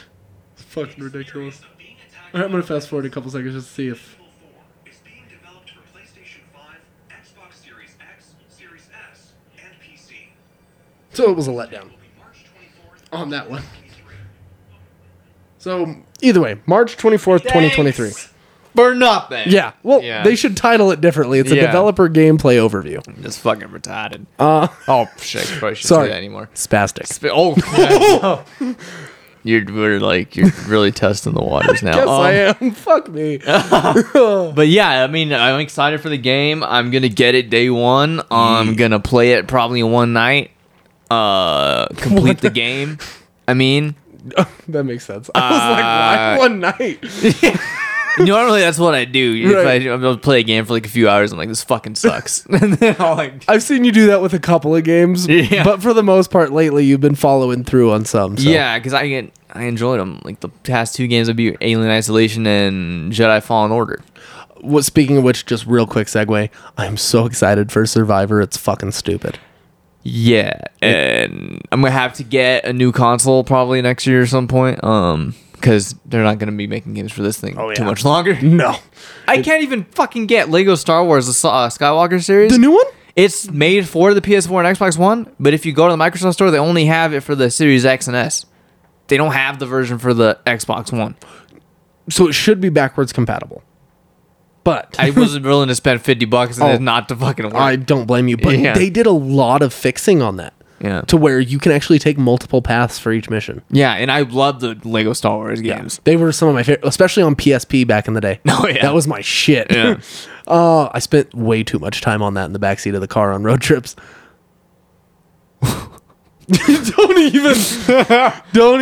Speaker 4: fucking ridiculous. All right, I'm gonna fast forward a couple seconds just to see if
Speaker 5: Evil 4 is being developed for PlayStation 5, Xbox Series X, Series S, and PC.
Speaker 4: So it was a letdown
Speaker 5: Will be March 24th,
Speaker 4: on that one.
Speaker 5: 23.
Speaker 4: So either way, March 24th, 2023.
Speaker 2: For nothing.
Speaker 4: Yeah. Well,
Speaker 2: Yeah.
Speaker 4: they should title it differently. It's a
Speaker 2: Yeah.
Speaker 4: developer gameplay overview.
Speaker 2: It's fucking retarded.
Speaker 4: Uh,
Speaker 2: Oh, shit. Probably shouldn't
Speaker 4: Sorry.
Speaker 2: say that anymore.
Speaker 4: spastic.
Speaker 2: Oh, yeah, no. you're we're like you're really testing the waters now.
Speaker 4: Yes, I
Speaker 2: Um,
Speaker 4: am. Fuck me.
Speaker 2: But yeah, I mean, I'm excited for the game. I'm gonna get it day one. I'm gonna play it probably one night. Uh, complete the game. I mean,
Speaker 4: that makes sense. I
Speaker 2: Uh,
Speaker 4: was like, why one night?
Speaker 2: normally that's what I do.
Speaker 4: Right.
Speaker 2: If I, I'll play a game for like a few hours, I'm like, this fucking sucks. and then I'll like,
Speaker 4: I've seen you do that with a couple of games,
Speaker 2: Yeah.
Speaker 4: but for the most part lately, you've been following through on some. So.
Speaker 2: yeah, because I get I enjoyed them. Like the past two games, would be Alien Isolation and Jedi Fallen Order.
Speaker 4: What, speaking of which, just real quick segue. I'm so excited for Survivor. It's fucking stupid.
Speaker 2: Yeah, and I'm gonna have to get a new console probably next year or some point. Um, because they're not gonna be making games for this thing
Speaker 4: Oh,
Speaker 2: too
Speaker 4: yeah.
Speaker 2: much longer.
Speaker 4: No,
Speaker 2: I can't even fucking get Lego Star Wars the Sa- uh, Skywalker series.
Speaker 4: the new one.
Speaker 2: It's made for the PS4 and Xbox One, but if you go to the Microsoft store, they only have it for the Series X and S. They don't have the version for the Xbox One.
Speaker 4: So it should be backwards compatible, but
Speaker 2: I wasn't willing to spend fifty bucks and
Speaker 4: Oh.
Speaker 2: it's not to fucking work.
Speaker 4: I don't blame you, but
Speaker 2: Yeah.
Speaker 4: they did a lot of fixing on that.
Speaker 2: Yeah.
Speaker 4: To where you can actually take multiple paths for each mission.
Speaker 2: yeah, and I love the Lego Star Wars games.
Speaker 4: They were some of my favorite, especially on PSP back in the day.
Speaker 2: Oh, yeah.
Speaker 4: That was my shit.
Speaker 2: Yeah.
Speaker 4: uh, I spent way too much time on that in the backseat of the car on road trips. don't even. don't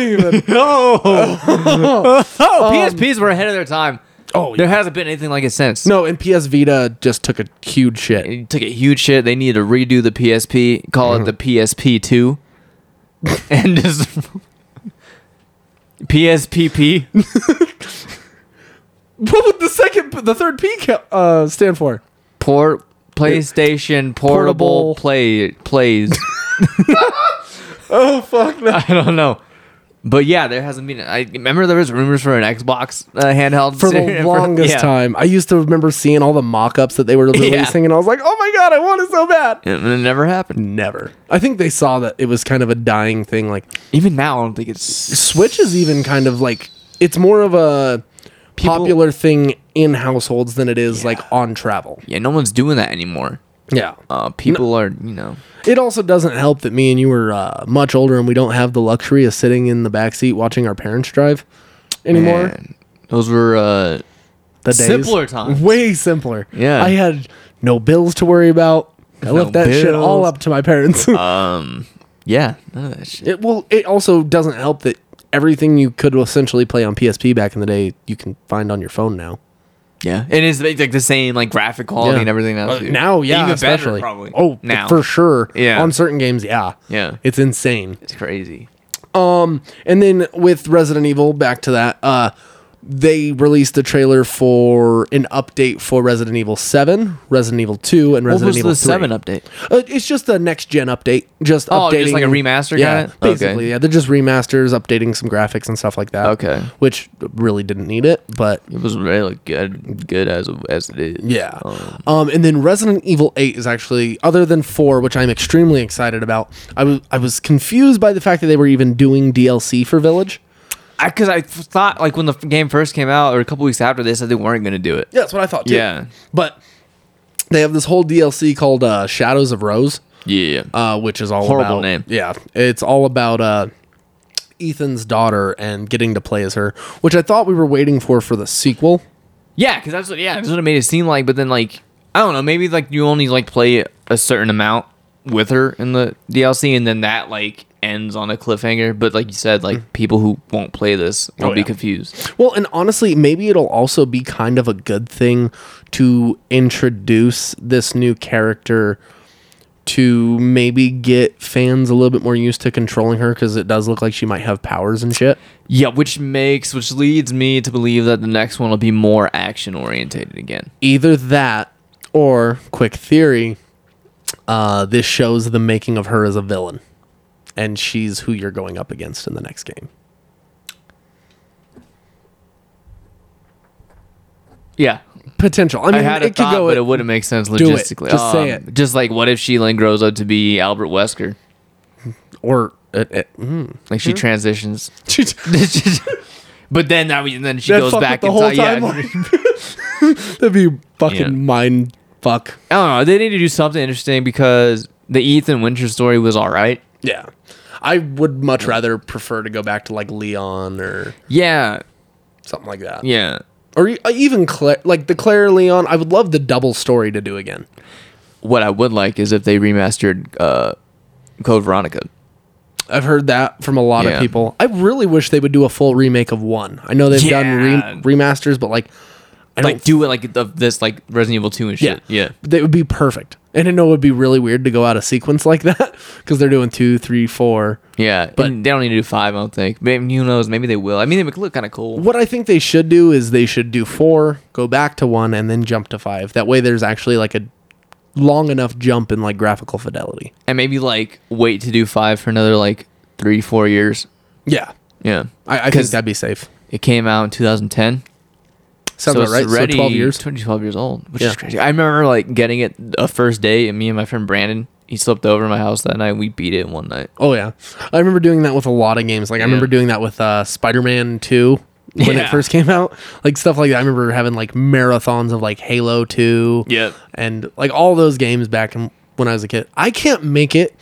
Speaker 4: even. Um,
Speaker 2: No. oh, PSPs were ahead of their time.
Speaker 4: Oh,
Speaker 2: There
Speaker 4: yeah.
Speaker 2: hasn't been anything like it since.
Speaker 4: No, and PS Vita just took a huge shit.
Speaker 2: It took a huge shit. They needed to redo the PSP, call it the PSP two, and just PSPP.
Speaker 4: What would the second, the third P ca- uh, stand for?
Speaker 2: Port PlayStation
Speaker 4: Portable.
Speaker 2: Portable, Play Plays.
Speaker 4: Oh, fuck no.
Speaker 2: I don't know. But yeah, there hasn't been. I remember there was rumors for an Xbox uh, handheld
Speaker 4: for
Speaker 2: series-
Speaker 4: the longest
Speaker 2: yeah.
Speaker 4: time. I used to remember seeing all the mock-ups that they were releasing, and I was like, "Oh my god, I want it so bad!"
Speaker 2: and it never happened.
Speaker 4: Never. I think they saw that it was kind of a dying thing. Like
Speaker 2: Even now, I don't think it's
Speaker 4: Switch is even kind of like it's more of a popular thing in households than it is like on travel.
Speaker 2: yeah. No one's doing that anymore.
Speaker 4: Yeah.
Speaker 2: Uh, people are you know
Speaker 4: It also doesn't help that me and you are uh, much older and we don't have the luxury of sitting in the back seat watching our parents drive anymore.
Speaker 2: man, those were uh,
Speaker 4: the days.
Speaker 2: Simpler times.
Speaker 4: Way simpler.
Speaker 2: Yeah.
Speaker 4: I had no bills to worry about. I left that shit all
Speaker 2: bills. Uh,
Speaker 4: up to my parents.
Speaker 2: yeah none of that shit.
Speaker 4: it well, it also doesn't help that everything you could essentially play on PSP back in the day you can find on your phone now.
Speaker 2: Yeah, and it's like like the same like graphic quality
Speaker 4: Yeah.
Speaker 2: and everything else.
Speaker 4: Uh,
Speaker 2: dude.
Speaker 4: now, yeah,
Speaker 2: even better
Speaker 4: especially.
Speaker 2: probably.
Speaker 4: Oh,
Speaker 2: now
Speaker 4: for sure.
Speaker 2: Yeah.
Speaker 4: on certain games, yeah,
Speaker 2: Yeah.
Speaker 4: it's insane.
Speaker 2: It's crazy.
Speaker 4: And then with Resident Evil, back to that, uh, they released a trailer for an update for Resident Evil Seven, Resident Evil Two, and
Speaker 2: What
Speaker 4: Resident
Speaker 2: was
Speaker 4: Evil
Speaker 2: the
Speaker 4: 3.
Speaker 2: seven update?
Speaker 4: Uh, it's just the next gen update. Just
Speaker 2: Oh,
Speaker 4: updating,
Speaker 2: just like a remaster
Speaker 4: Yeah,
Speaker 2: kinda? Okay.
Speaker 4: basically. Yeah, they're just remasters, updating some graphics and stuff like that.
Speaker 2: Okay.
Speaker 4: which really didn't need it, but
Speaker 2: It was really good, good as as it is.
Speaker 4: yeah. Um, and then Resident Evil Eight is actually other than four, which I'm extremely excited about. I was I was confused by the fact that they were even doing DLC for Village.
Speaker 2: Because I, f- thought like when the f- game first came out, or a couple weeks after, they said they weren't gonna do it.
Speaker 4: Yeah, that's what I thought too.
Speaker 2: Yeah.
Speaker 4: but they have this whole DLC called uh, Shadows of Rose.
Speaker 2: Yeah.
Speaker 4: uh, which is all
Speaker 2: Horrible
Speaker 4: about-
Speaker 2: name.
Speaker 4: Yeah, it's all about uh, Ethan's daughter and getting to play as her, which I thought we were waiting for for the sequel.
Speaker 2: yeah. Because that's what yeah that's what it made it seem like. But then like I don't know, maybe like you only like play a certain amount with her in the DLC, and then that like ends on a cliffhanger. But like you said, like people who won't play this will
Speaker 4: Oh,
Speaker 2: be
Speaker 4: yeah.
Speaker 2: confused.
Speaker 4: Well, and honestly, maybe it'll also be kind of a good thing to introduce this new character to maybe get fans a little bit more used to controlling her because it does look like she might have powers and shit.
Speaker 2: Yeah, which makes which leads me to believe that the next one will be more action orientated again.
Speaker 4: Either that or, quick theory, uh, this shows the making of her as a villain. and she's who you're going up against in the next game.
Speaker 2: Yeah.
Speaker 4: Potential. I mean,
Speaker 2: I had a
Speaker 4: it could
Speaker 2: thought,
Speaker 4: go.
Speaker 2: but it wouldn't make sense
Speaker 4: it.
Speaker 2: logistically. Um,
Speaker 4: Just say it.
Speaker 2: Just like, what if she like grows up to be Albert Wesker?
Speaker 4: or it, it, mm.
Speaker 2: Like she transitions, but then that we- and then she
Speaker 4: That
Speaker 2: goes
Speaker 4: fuck
Speaker 2: back
Speaker 4: with the
Speaker 2: and
Speaker 4: whole
Speaker 2: yeah.
Speaker 4: timeline. that'd be fucking
Speaker 2: Yeah.
Speaker 4: mind fuck.
Speaker 2: I don't know. They need to do something interesting because the Ethan Winter story was all right.
Speaker 4: Yeah, I would much rather prefer to go back to like Leon or
Speaker 2: Yeah,
Speaker 4: something like that.
Speaker 2: yeah.
Speaker 4: or e- even Claire, like the Claire Leon. I would love the double story to do again.
Speaker 2: What I would like is if they remastered uh, Code Veronica.
Speaker 4: I've heard that from a lot
Speaker 2: Yeah.
Speaker 4: of people. I really wish they would do a full remake of one. I know they've
Speaker 2: Yeah.
Speaker 4: done re- remasters, but like, I
Speaker 2: Like
Speaker 4: don't-
Speaker 2: do it like of this like Resident Evil Two and shit. Yeah,
Speaker 4: that would be perfect. And I know it would be really weird to go out a sequence like that because they're doing two, three, four.
Speaker 2: yeah. But they don't need to do five. I don't think. Maybe who knows? Maybe they will. I mean, they would look kind of cool.
Speaker 4: What I think they should do is they should do four, go back to one, and then jump to five. That way, there's actually like a long enough jump in like graphical fidelity.
Speaker 2: and maybe like wait to do five for another like three four years
Speaker 4: Yeah,
Speaker 2: yeah
Speaker 4: I, I think
Speaker 2: 'Cause
Speaker 4: that'd be safe.
Speaker 2: it came out in 2010
Speaker 4: Sounds about
Speaker 2: it's
Speaker 4: right.
Speaker 2: already
Speaker 4: so twelve years.
Speaker 2: 20, 12 years old which
Speaker 4: Yeah.
Speaker 2: is crazy i remember like getting it a first day and me and my friend brandon he slept over at my house that night we beat it in one night
Speaker 4: Oh yeah, I remember doing that with a lot of games. Like I remember doing that with uh, Spider-Man Two when
Speaker 2: Yeah.
Speaker 4: it first came out, like stuff like that. I remember having like marathons of like Halo Two,
Speaker 2: Yep.
Speaker 4: and like all those games back in, when I was a kid. I can't make it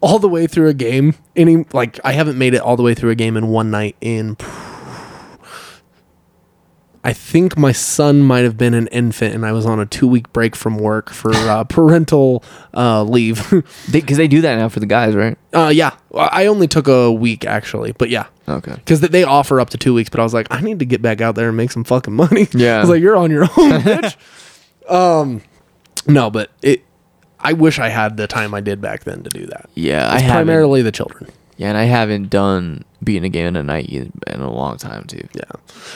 Speaker 4: all the way through a game any like I haven't made it all the way through a game in one night in. I think my son might have been an infant, and I was on a two-week break from work for uh, parental uh, leave.
Speaker 2: because they, do that now for the guys right
Speaker 4: Uh, yeah, I only took a week actually, but yeah,
Speaker 2: okay
Speaker 4: because they offer up to two weeks. But I was like, I need to get back out there and make some fucking money.
Speaker 2: Yeah.
Speaker 4: I was like, you're on your own, bitch. um, no, but it. I wish I had the time I did back then to do that.
Speaker 2: yeah i
Speaker 4: It's
Speaker 2: haven't
Speaker 4: primarily the children.
Speaker 2: yeah and i haven't done beating a game in a night in in a long time too
Speaker 4: Yeah,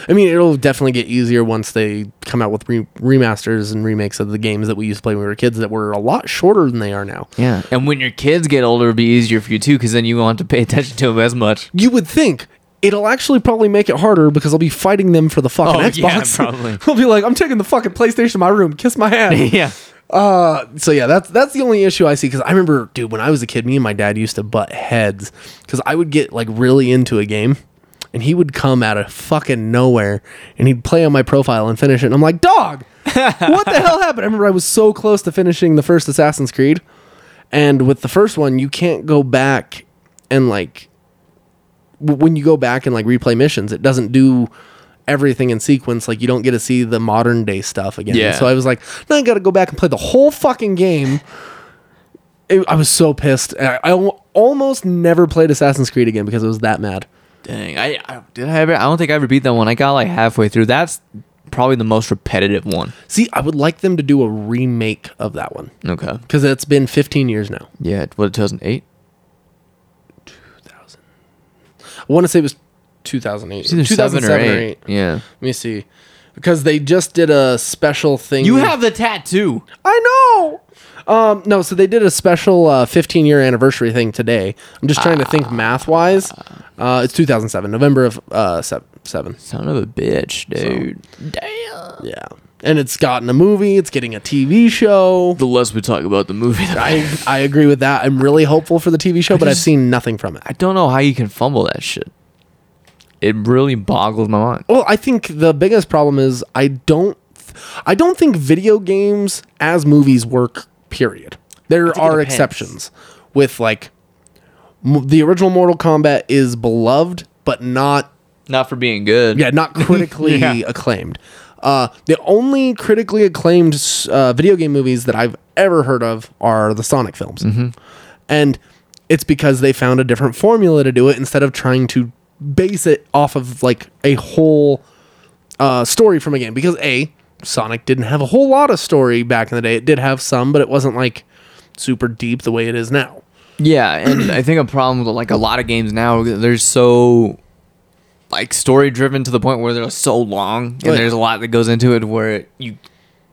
Speaker 4: I mean, it'll definitely get easier once they come out with re- remasters and remakes of the games that we used to play when we were kids that were a lot shorter than they are now.
Speaker 2: yeah and when your kids get older it'll be easier for you too because then you won't have to pay attention to them as much
Speaker 4: you would think it'll actually probably make it harder because I'll be fighting them for the fucking
Speaker 2: Oh,
Speaker 4: Xbox.
Speaker 2: yeah, probably.
Speaker 4: I'll be like, I'm taking the fucking PlayStation to my room. Kiss my ass.
Speaker 2: yeah
Speaker 4: so yeah, that's that's the only issue I see because I remember, dude, when I was a kid, me and my dad used to butt heads because I would get like really into a game. And he would come out of fucking nowhere and he'd play on my profile and finish it. And I'm like, dog, what the hell happened? I remember I was so close to finishing the first Assassin's Creed. And with the first one, you can't go back and like w- when you go back and like replay missions, it doesn't do everything in sequence. Like you don't get to see the modern day stuff again.
Speaker 2: Yeah.
Speaker 4: So I was like, now I got to go back and play the whole fucking game. It- I was so pissed. I, I al- almost never played Assassin's Creed again because I was that mad.
Speaker 2: Dang, I, I did I ever? I don't think I ever beat that one. I got like halfway through. That's probably the most repetitive one.
Speaker 4: See, I would like them to do a remake of that one
Speaker 2: Okay.
Speaker 4: because it's been 15 years now.
Speaker 2: Yeah. What? Two thousand eight.
Speaker 4: I want to say it was 2008.
Speaker 2: Seven or eight. Yeah.
Speaker 4: Let me see. Because they just did a special thing.
Speaker 2: You have the tattoo.
Speaker 4: I know. Um, no, so they did a special uh, 15 year anniversary thing today. I'm just trying to think math wise. Uh, it's 2007, November of uh, se- 7.
Speaker 2: Son of a bitch, dude. Damn.
Speaker 4: Yeah. And it's gotten a movie, it's getting a TV show.
Speaker 2: The less we talk about the movie, the I,
Speaker 4: I, I agree with that. I'm really hopeful for the TV show, but I've
Speaker 2: just-
Speaker 4: seen nothing from it.
Speaker 2: I don't know how you can fumble that shit. It really boggles my mind.
Speaker 4: Well, I think the biggest problem is I don't I don't think video games as movies work. Period. There
Speaker 2: it
Speaker 4: are
Speaker 2: depends.
Speaker 4: exceptions with like m- the original Mortal Kombat is beloved, but not
Speaker 2: Not for being good.
Speaker 4: yeah, not critically
Speaker 2: Yeah.
Speaker 4: acclaimed. Uh, the only critically acclaimed s- uh, video game movies that I've ever heard of are the Sonic films, and it's because they found a different formula to do it instead of trying to base it off of like a whole uh, story from a game. Because a Sonic didn't have a whole lot of story back in the day. It did have some, but it wasn't like super deep the way it is now.
Speaker 2: Yeah, and I think a problem with like a lot of games now, they're so like story driven to the point where they're so long, and
Speaker 4: Oh, yeah.
Speaker 2: there's a lot that goes into it where it, you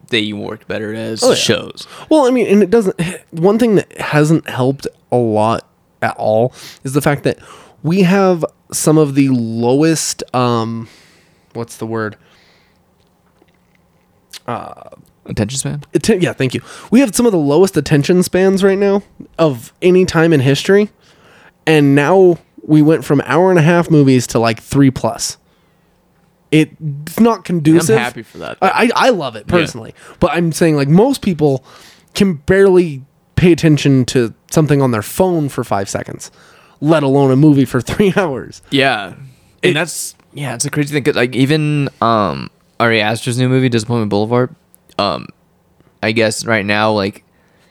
Speaker 2: they work better as
Speaker 4: Oh, yeah.
Speaker 2: shows.
Speaker 4: Well, I mean, and it doesn't. One thing that hasn't helped a lot at all is the fact that we have some of the lowest um what's the word
Speaker 2: Attention span.
Speaker 4: Atten- yeah, thank you. We have some of the lowest attention spans right now of any time in history, and now we went from hour and a half movies to like three plus. It's not conducive.
Speaker 2: happy for that, though.
Speaker 4: I I, I love it personally, but I'm saying like most people can barely pay attention to something on their phone for five seconds, let alone a movie for three hours.
Speaker 2: Yeah, and that's yeah, it's a crazy thing. 'cause, like even um Ari Aster's new movie, Disappointment Boulevard. Um, I guess right now like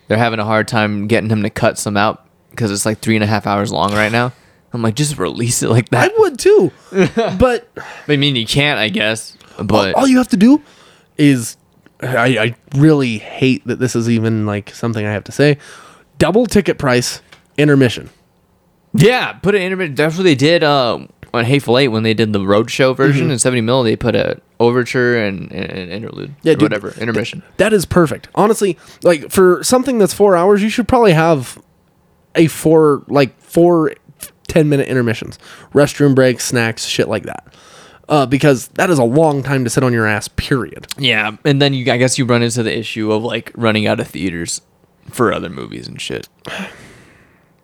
Speaker 2: they're having a hard time getting him to cut some out because it's like three and a half hours long right now. I'm like, just release it like
Speaker 4: I
Speaker 2: that.
Speaker 4: would too, but
Speaker 2: I mean, you can't, I guess, but
Speaker 4: all Oh, you have to do is I, I really hate that this is even like something I have to say. Double ticket price intermission.
Speaker 2: yeah, put an intermittent. That's what they did um, on Hateful Eight when they did the roadshow
Speaker 4: Mm-hmm.
Speaker 2: version in 70 mil. They put a overture and, and, and interlude,
Speaker 4: Yeah,
Speaker 2: or
Speaker 4: dude,
Speaker 2: whatever intermission.
Speaker 4: That is perfect. Honestly, like for something that's four hours, you should probably have a four like four 10 minute intermissions, restroom breaks, snacks, shit like that. Uh, because that is a long time to sit on your ass. Period.
Speaker 2: Yeah, and then you I guess you run into the issue of like running out of theaters for other movies and shit.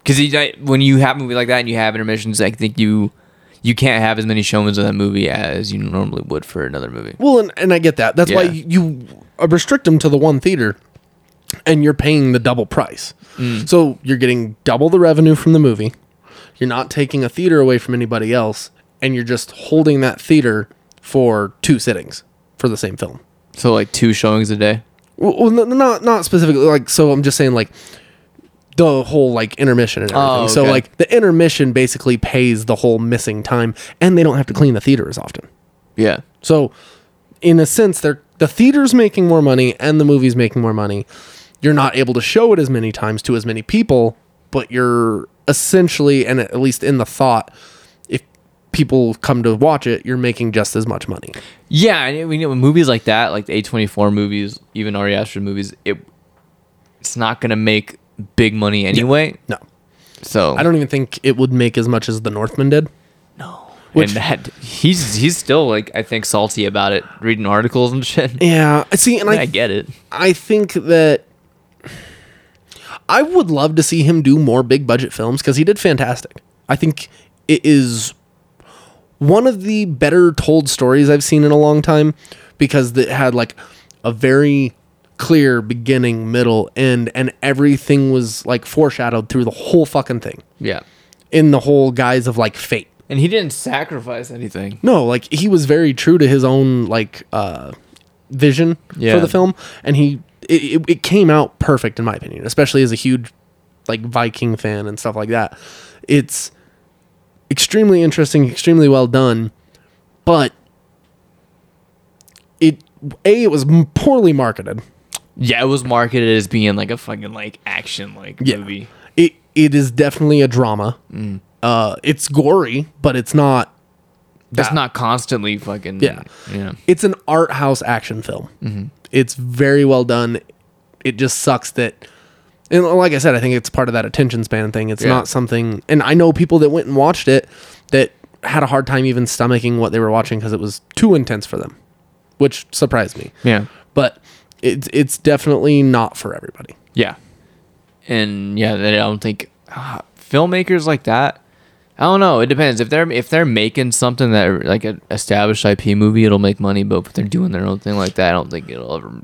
Speaker 2: Because when you have a movie like that and you have intermissions, I think you you can't have as many showmans of that movie as you normally would for another movie.
Speaker 4: Well, and, and I get that. That's why
Speaker 2: Yeah.
Speaker 4: you uh, restrict them to the one theater and you're paying the double price. So you're getting double the revenue from the movie. You're not taking a theater away from anybody else and you're just holding that theater for two sittings for the same film.
Speaker 2: So like two showings a day.
Speaker 4: Well, well, no- not not specifically like so I'm just saying like the whole like intermission and everything.
Speaker 2: Oh,
Speaker 4: So
Speaker 2: okay.
Speaker 4: like the intermission basically pays the whole missing time and they don't have to clean the theater as often.
Speaker 2: Yeah,
Speaker 4: So, in a sense, they're the theater's making more money and the movie's making more money. You're not able to show it as many times to as many people, but you're essentially, and at least in the thought, if people come to watch it, you're making just as much money.
Speaker 2: yeah. and I mean, with movies like that, like the A24 movies, even Ari Aster movies, it it's not gonna make big money anyway.
Speaker 4: No,
Speaker 2: So
Speaker 4: I don't even think it would make as much as The Northman did.
Speaker 2: and that he's he's still like I think salty about it, reading articles and shit.
Speaker 4: Yeah, see, and
Speaker 2: I
Speaker 4: I,
Speaker 2: get it.
Speaker 4: I think that I would love to see him do more big budget films because he did fantastic. I think it is one of the better told stories I've seen in a long time because it had like a very clear beginning, middle, end, and everything was like foreshadowed through the whole fucking thing
Speaker 2: Yeah.
Speaker 4: in the whole guise of like fate.
Speaker 2: And he didn't sacrifice anything.
Speaker 4: No, like he was very true to his own like uh vision
Speaker 2: Yeah.
Speaker 4: for the film and he it, it, it came out perfect in my opinion, especially as a huge like Viking fan and stuff like that. It's extremely interesting, extremely well done, but it a it was m- poorly marketed.
Speaker 2: Yeah, it was marketed as being like a fucking like action like movie.
Speaker 4: It it is definitely a drama. Uh it's gory, but it's not
Speaker 2: That's
Speaker 4: Yeah.
Speaker 2: not constantly fucking
Speaker 4: Yeah.
Speaker 2: Yeah.
Speaker 4: it's an art house action film. It's very well done. It just sucks that, and like I said, I think it's part of that attention span thing. It's
Speaker 2: Yeah.
Speaker 4: not something, and I know people that went and watched it that had a hard time even stomaching what they were watching because it was too intense for them, which surprised me.
Speaker 2: Yeah.
Speaker 4: But it's it's definitely not for everybody.
Speaker 2: Yeah. And yeah, I don't think ah, filmmakers like that. I don't know. It depends. If they're if they're making something that like an established IP movie, it'll make money. But if they're doing their own thing like that, I don't think it'll ever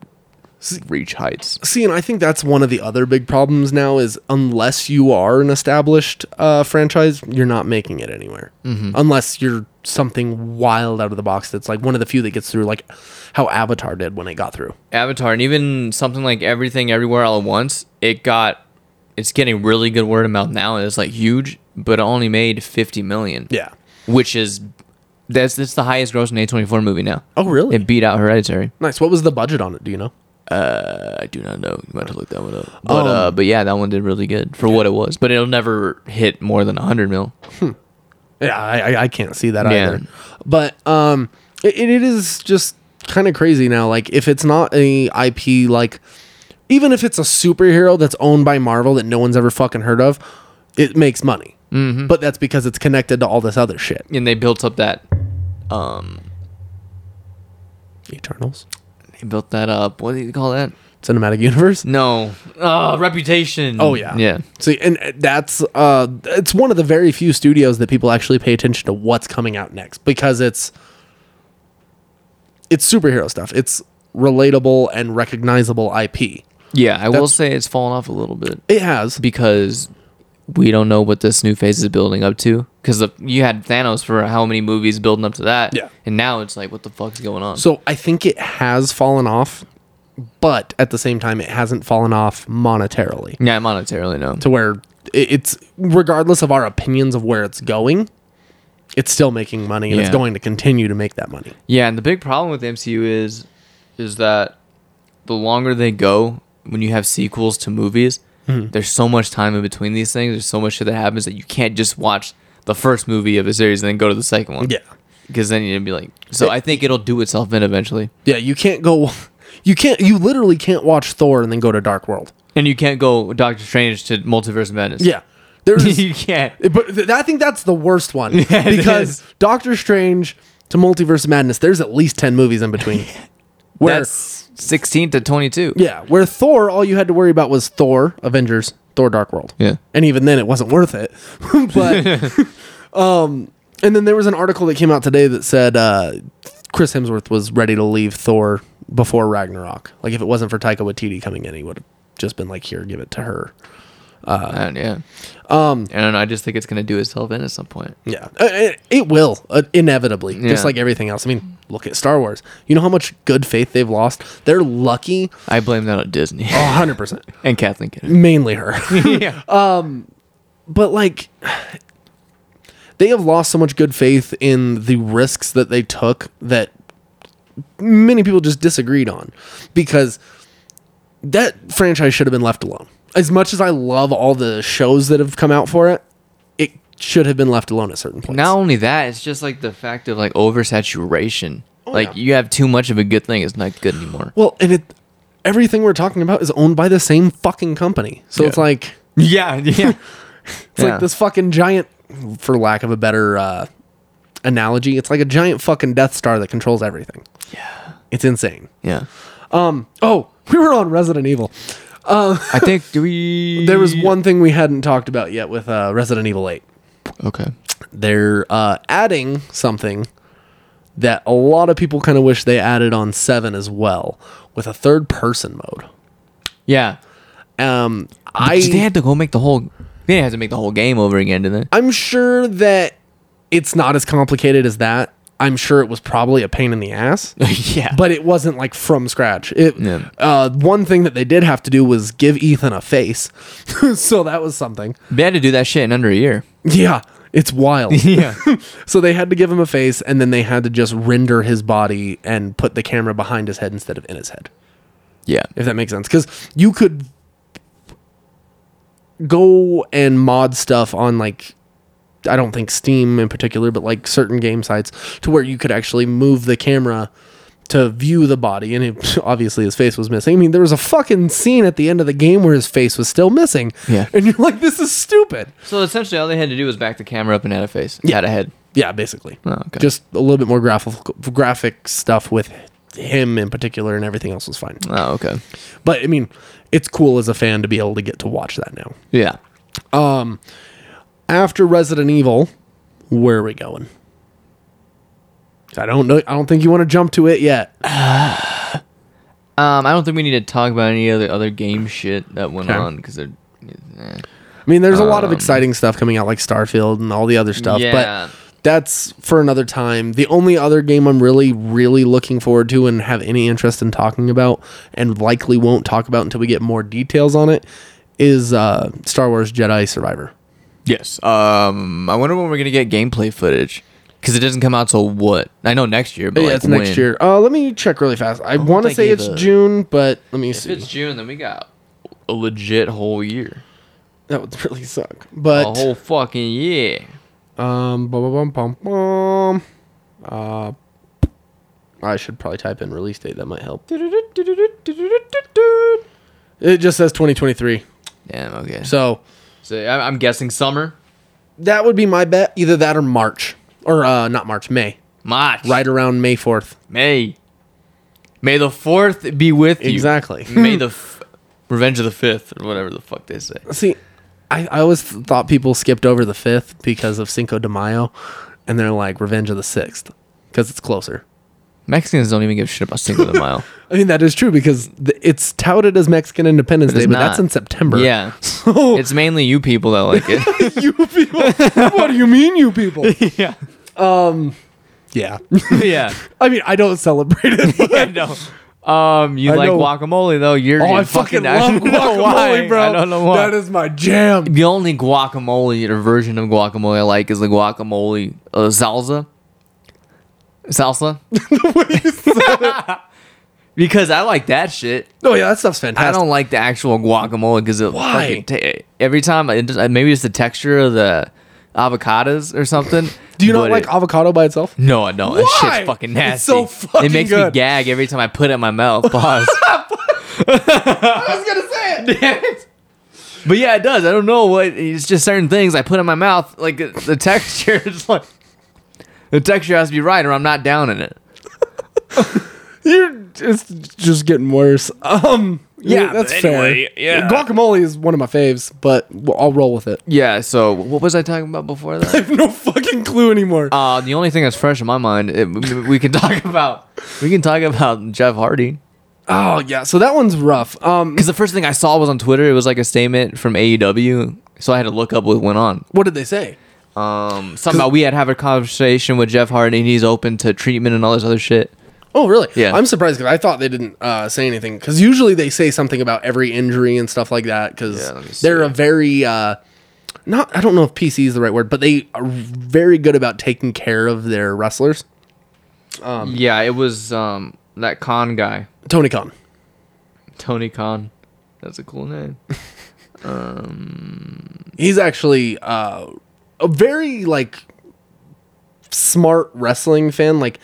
Speaker 2: reach heights.
Speaker 4: See, and I think that's one of the other big problems now is unless you are an established uh, franchise, you're not making it anywhere. Unless you're something wild out of the box that's like one of the few that gets through, like how Avatar did when it got through.
Speaker 2: Avatar and even something like Everything Everywhere All at Once, it got it's getting really good word of mouth now and it's like huge, but it only made 50 million.
Speaker 4: Yeah.
Speaker 2: Which is that's that's the highest grossing A24 movie now.
Speaker 4: Oh, really?
Speaker 2: It beat out Hereditary.
Speaker 4: nice. What was the budget on it? Do you know?
Speaker 2: I do not know. You might have to look that one up.
Speaker 4: Um,
Speaker 2: But uh but yeah, that one did really good for what it was. But it'll never hit more than 100 mil.
Speaker 4: Yeah, I, I- I can't see that
Speaker 2: Yeah.
Speaker 4: either. But um, it, it is just kind of crazy now. Like if it's not a IP, like even if it's a superhero that's owned by Marvel that no one's ever fucking heard of, it makes money. Mm-hmm. But that's because it's connected to all this other shit.
Speaker 2: and they built up that um
Speaker 4: Eternals,
Speaker 2: they built that up. What do you call that?
Speaker 4: cinematic universe.
Speaker 2: No. Uh reputation.
Speaker 4: Oh yeah,
Speaker 2: Yeah.
Speaker 4: See, and uh, that's uh, it's one of the very few studios that people actually pay attention to what's coming out next because it's it's superhero stuff. It's relatable and recognizable IP.
Speaker 2: Yeah, I will
Speaker 4: That's-
Speaker 2: say it's fallen off a little bit
Speaker 4: It has
Speaker 2: because we don't know what this new phase is building up to. Because you had Thanos for how many movies building up to that,
Speaker 4: Yeah.
Speaker 2: and now it's like, what the fuck's going on?
Speaker 4: So I think it has fallen off, but at the same time, it hasn't fallen off monetarily
Speaker 2: yeah, monetarily no.
Speaker 4: to where it- it's regardless of our opinions of where it's going, it's still making money and it's
Speaker 2: Yeah.
Speaker 4: going to continue to make that money.
Speaker 2: Yeah, and the big problem with the MCU is is that the longer they go, when you have sequels to movies,
Speaker 4: Hmm.
Speaker 2: there's so much time in between these things. There's so much shit that happens that you can't just watch the first movie of a series and then go to the second one.
Speaker 4: Yeah.
Speaker 2: Because then you'd be like, so I think it'll do itself in eventually,
Speaker 4: Yeah, you can't go, you can't, you literally can't watch Thor and then go to Dark World.
Speaker 2: and you can't go Doctor Strange to Multiverse of Madness.
Speaker 4: Yeah, there's
Speaker 2: you can't.
Speaker 4: But th- I think that's the worst one
Speaker 2: it
Speaker 4: because
Speaker 2: is.
Speaker 4: Doctor Strange to Multiverse of Madness. There's at least ten movies in between. Where
Speaker 2: That's 16 to 22.
Speaker 4: yeah, where Thor, all you had to worry about was Thor, Avengers, Thor, Dark World.
Speaker 2: Yeah.
Speaker 4: and even then, it wasn't worth it. but um, and then there was an article that came out today that said uh, Chris Hemsworth was ready to leave Thor before Ragnarok. Like if it wasn't for Taika Waititi coming in, he would have just been like, "Here, give it to her." Uh,
Speaker 2: And yeah. Um, and I just think it's going to do itself in at some point.
Speaker 4: Yeah, Uh, it, it will uh, inevitably,
Speaker 2: Yeah.
Speaker 4: just like everything else. I mean, look at Star Wars. You know how much good faith they've lost. They're lucky,
Speaker 2: I blame that on Disney
Speaker 4: hundred percent,
Speaker 2: and Kathleen Kennedy.
Speaker 4: mainly her. But like, they have lost so much good faith in the risks that they took that many people just disagreed on because that franchise should have been left alone. As much as I love all the shows that have come out for it, it should have been left alone at certain points.
Speaker 2: Not only that, it's just like the fact of like oversaturation. like
Speaker 4: Oh, yeah.
Speaker 2: you have too much of a good thing, it's not good anymore.
Speaker 4: Well, and it everything we're talking about is owned by the same fucking company. So it's
Speaker 2: Yeah.
Speaker 4: like
Speaker 2: Yeah, yeah.
Speaker 4: it's like this fucking giant for lack of a better uh analogy, it's like a giant fucking Death Star that controls everything. Yeah. It's insane.
Speaker 2: Yeah.
Speaker 4: Oh, we were on Resident Evil.
Speaker 2: I think do we
Speaker 4: There was one thing we hadn't talked about yet with uh Resident Evil 8.
Speaker 2: Okay.
Speaker 4: They're uh adding something that a lot of people kind of wish they added on 7 as well with a third person mode.
Speaker 2: Yeah.
Speaker 4: Um I
Speaker 2: I they had to go make the whole they didn't have to make the whole game over again, did they?
Speaker 4: I'm sure that it's not as complicated as that. I'm sure it was probably a pain in the ass,
Speaker 2: yeah.
Speaker 4: but it wasn't like from scratch. It
Speaker 2: Yeah.
Speaker 4: uh, one thing that they did have to do was give Ethan a face, so that was something.
Speaker 2: they had to do that shit in under a year.
Speaker 4: Yeah, it's wild.
Speaker 2: Yeah.
Speaker 4: so they had to give him a face, and then they had to just render his body and put the camera behind his head instead of in his head.
Speaker 2: Yeah.
Speaker 4: If that makes sense, because you could go and mod stuff on like I don't think Steam in particular, but like certain game sites to where you could actually move the camera to view the body, and it, obviously his face was missing. I mean, there was a fucking scene at the end of the game where his face was still missing.
Speaker 2: Yeah.
Speaker 4: and you're like, this is stupid.
Speaker 2: So essentially all they had to do was back the camera up and add a face.
Speaker 4: Yeah.
Speaker 2: Add a head.
Speaker 4: Yeah, basically,
Speaker 2: Oh, okay.
Speaker 4: just a little bit more graphical graphic stuff with him in particular, and everything else was fine.
Speaker 2: Oh, okay.
Speaker 4: But I mean, it's cool as a fan to be able to get to watch that now.
Speaker 2: Yeah.
Speaker 4: after Resident Evil, where are we going? I don't know. I don't think you want to jump to it yet.
Speaker 2: Um, I don't think we need to talk about any other other game shit that went
Speaker 4: Okay.
Speaker 2: on because they're eh.
Speaker 4: I mean, there's a lot of exciting stuff coming out, like Starfield and all the other stuff.
Speaker 2: Um, Yeah.
Speaker 4: But that's for another time. The only other game I'm really, really looking forward to and have any interest in talking about, and likely won't talk about until we get more details on it, is uh, Star Wars Jedi Survivor.
Speaker 2: Yes. Um, I wonder when we're gonna get gameplay footage because it doesn't come out till what? I know next year, but
Speaker 4: Yeah,
Speaker 2: like,
Speaker 4: it's next
Speaker 2: when?
Speaker 4: year. Uh, let me check really fast. I want to
Speaker 2: think
Speaker 4: say
Speaker 2: you
Speaker 4: it's
Speaker 2: have a-
Speaker 4: June, but let me
Speaker 2: If
Speaker 4: see.
Speaker 2: it's June, then we got a legit whole year,
Speaker 4: That would really suck. But
Speaker 2: a whole fucking year.
Speaker 4: Um, bum, bum, bum, bum, bum. Uh, I should probably type in release date. That might help. It just says 2023.
Speaker 2: Damn. Okay. So,
Speaker 4: So
Speaker 2: So I- I'm guessing summer.
Speaker 4: That would be my bet. Either that or March, or uh, not March, May.
Speaker 2: March.
Speaker 4: Right around May fourth.
Speaker 2: May. May the fourth be with you.
Speaker 4: Exactly.
Speaker 2: May the f- Revenge of the Fifth or whatever the fuck they say.
Speaker 4: See, I, I always thought people skipped over the fifth because of Cinco de Mayo, and they're like Revenge of the Sixth because it's closer.
Speaker 2: Mexicans don't even give a shit about Cinco de Mayo.
Speaker 4: I mean that is true because th- it's touted as Mexican Independence
Speaker 2: It's
Speaker 4: Day, but
Speaker 2: not.
Speaker 4: that's in September.
Speaker 2: Yeah.
Speaker 4: So
Speaker 2: It's mainly you people that like it.
Speaker 4: you people, what do you mean, you people?
Speaker 2: yeah.
Speaker 4: Yeah.
Speaker 2: Yeah.
Speaker 4: I mean, I don't celebrate it. but-
Speaker 2: I know. Um, you
Speaker 4: I
Speaker 2: like
Speaker 4: know.
Speaker 2: guacamole though. You're
Speaker 4: Oh,
Speaker 2: you're
Speaker 4: I fucking
Speaker 2: I
Speaker 4: love
Speaker 2: don't know
Speaker 4: guacamole,
Speaker 2: why.
Speaker 4: bro.
Speaker 2: I don't know why.
Speaker 4: That is my jam.
Speaker 2: the only guacamole or version of guacamole I like is the guacamole uh, salsa. Salsa. because I like that shit.
Speaker 4: Oh yeah, that stuff's fantastic.
Speaker 2: I don't like the actual guacamole because it
Speaker 4: Why?
Speaker 2: fucking ta- every time it just, maybe it's the texture of the avocados or something.
Speaker 4: Do you not
Speaker 2: but
Speaker 4: like
Speaker 2: it-
Speaker 4: avocado by itself?
Speaker 2: No, I don't. That
Speaker 4: Why?
Speaker 2: shit's fucking nasty.
Speaker 4: It's so fucking
Speaker 2: It makes me
Speaker 4: good.
Speaker 2: gag every time I put it in my mouth. Pause.
Speaker 4: I was gonna say it.
Speaker 2: but yeah, it does. I don't know what. It's just certain things I put in my mouth. Like the texture is like the texture has to be right, or I'm not down in it.
Speaker 4: You're, it's just getting worse. Um, yeah,
Speaker 2: but
Speaker 4: that's
Speaker 2: anyway,
Speaker 4: fair.
Speaker 2: yeah.
Speaker 4: guacamole is one of my faves, but w- I'll roll with it.
Speaker 2: Yeah. So what was I talking about before that?
Speaker 4: no fucking clue anymore.
Speaker 2: Uh, the only thing that's fresh in my mind, it, we can talk about, we can talk about Jeff Hardy.
Speaker 4: oh yeah, so that one's rough. Um,
Speaker 2: Because the first thing I saw was on Twitter, it was like a statement from AEW, so I had to look up what went on.
Speaker 4: what did they say?
Speaker 2: Um, something about we had to have a conversation with Jeff Hardy, and he's open to treatment and all this other shit.
Speaker 4: Oh really?
Speaker 2: Yeah.
Speaker 4: I'm surprised because I thought they didn't uh, say anything because usually they say something about every injury and stuff like that because
Speaker 2: Yeah, let me see.
Speaker 4: they're a very uh, not. I don't know if PC is the right word, but they are very good about taking care of their wrestlers.
Speaker 2: yeah, it was um that Khan guy,
Speaker 4: Tony Khan.
Speaker 2: Tony Khan. That's a cool name.
Speaker 4: He's actually uh, a very like smart wrestling fan. Like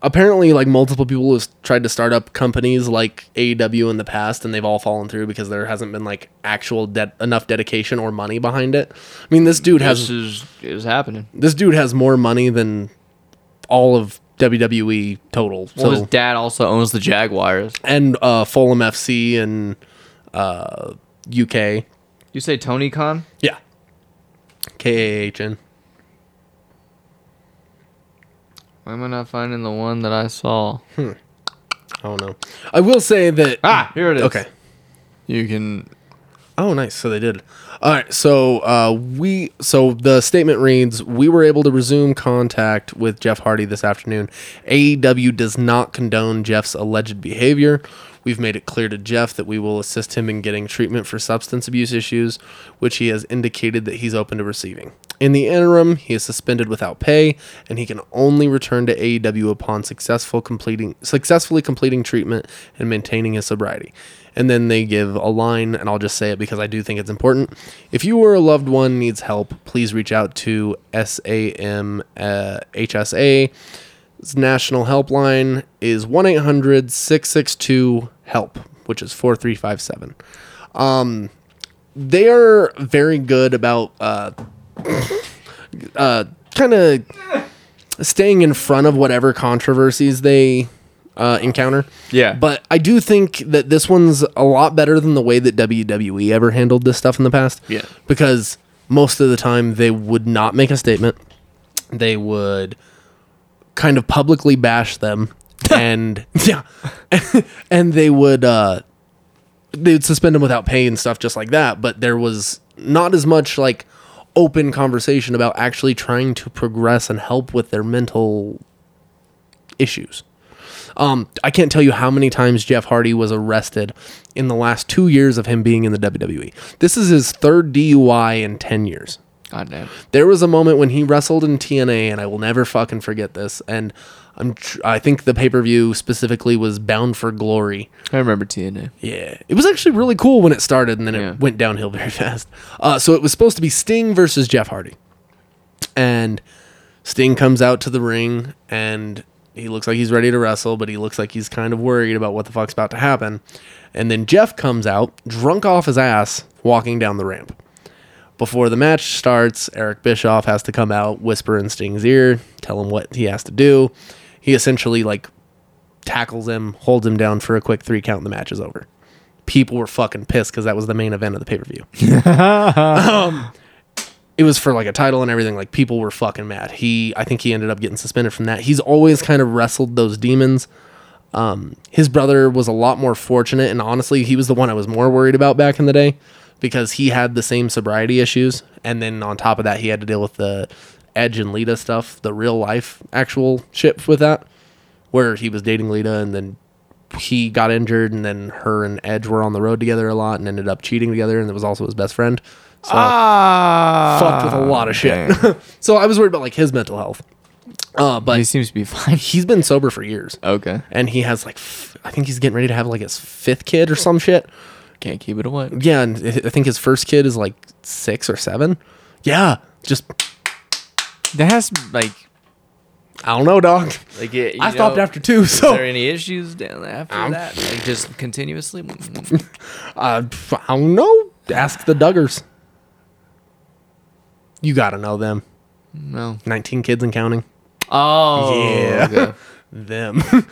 Speaker 4: apparently, like multiple people has tried to start up companies like AEW in the past, and they've all fallen through because there hasn't been like actual de- enough dedication or money behind it. I mean, this dude
Speaker 2: This
Speaker 4: has
Speaker 2: is is happening.
Speaker 4: this dude has more money than all of WWE total. So
Speaker 2: well, his dad also owns the Jaguars.
Speaker 4: and uh, Fulham FC and uh, UK,
Speaker 2: You say Tony Khan?
Speaker 4: yeah, K A H N.
Speaker 2: Why am I not finding the one that I saw?
Speaker 4: I don't know. I will say that.
Speaker 2: Ah, here it is.
Speaker 4: Okay.
Speaker 2: You can
Speaker 4: Oh, nice. So they did. All right. So uh, we. So the statement reads: We were able to resume contact with Jeff Hardy this afternoon. AEW does not condone Jeff's alleged behavior. We've made it clear to Jeff that we will assist him in getting treatment for substance abuse issues, which he has indicated that he's open to receiving. In the interim, he is suspended without pay, and he can only return to AEW upon successful completing successfully completing treatment and maintaining his sobriety. And then they give a line, and I'll just say it because I do think it's important. If you or a loved one needs help, please reach out to SAM uh, HSA. 's national helpline is 1 800 662 HELP, which is 4357. Um, they are very good about uh, uh, kind of staying in front of whatever controversies they uh, encounter.
Speaker 2: Yeah.
Speaker 4: But I do think that this one's a lot better than the way that WWE ever handled this stuff in the past.
Speaker 2: Yeah.
Speaker 4: Because most of the time they would not make a statement, they would kind of publicly bash them. and yeah, and they would uh, they would suspend him without pay and stuff just like that but there was not as much like open conversation about actually trying to progress and help with their mental issues um, I can't tell you how many times Jeff Hardy was arrested in the last two years of him being in the WWE. This is his third DUI in 10 years.
Speaker 2: God damn.
Speaker 4: There was a moment when he wrestled in TNA, and I will never fucking forget this. And I'm tr- I think the pay per view specifically was Bound for Glory.
Speaker 2: I remember TNA.
Speaker 4: Yeah, it was actually really cool when it started, and then
Speaker 2: Yeah.
Speaker 4: it went downhill very fast. Uh, so it was supposed to be Sting versus Jeff Hardy, and Sting comes out to the ring, and he looks like he's ready to wrestle, but he looks like he's kind of worried about what the fuck's about to happen. And then Jeff comes out, drunk off his ass, walking down the ramp. Before the match starts, Eric Bischoff has to come out, whisper in Sting's ear, tell him what he has to do. He essentially like tackles him, holds him down for a quick three count, and the match is over. People were fucking pissed because that was the main event of the pay per view it was for like a title and everything. Like people were fucking mad. He, I think he ended up getting suspended from that. He's always kind of wrestled those demons. Um, his brother was a lot more fortunate, and honestly, he was the one I was more worried about back in the day because he had the same sobriety issues, and then on top of that, he had to deal with the Edge and Lita stuff, the real life actual shit with that, where he was dating Lita and then he got injured, and then her and Edge were on the road together a lot and ended up cheating together, and it was also his best friend. So
Speaker 2: Ah,
Speaker 4: fucked with a lot of shit. so I was worried about like his mental health. Uh,
Speaker 2: he
Speaker 4: but
Speaker 2: seems to be fine.
Speaker 4: he's been sober for years,
Speaker 2: Okay,
Speaker 4: and he has like f- I think he's getting ready to have like his fifth kid or some shit.
Speaker 2: can't keep it away.
Speaker 4: Yeah, and I I think his first kid is like six or seven. Yeah, just
Speaker 2: That has like
Speaker 4: I don't know, dog.
Speaker 2: like it,
Speaker 4: I stopped after two,
Speaker 2: Are there
Speaker 4: so
Speaker 2: any issues down after
Speaker 4: Um,
Speaker 2: that? Like just continuously. Mm,
Speaker 4: uh, I don't know. Ask the Duggars. You gotta know them.
Speaker 2: No.
Speaker 4: Nineteen kids and counting.
Speaker 2: Oh
Speaker 4: Yeah. Them.
Speaker 2: okay.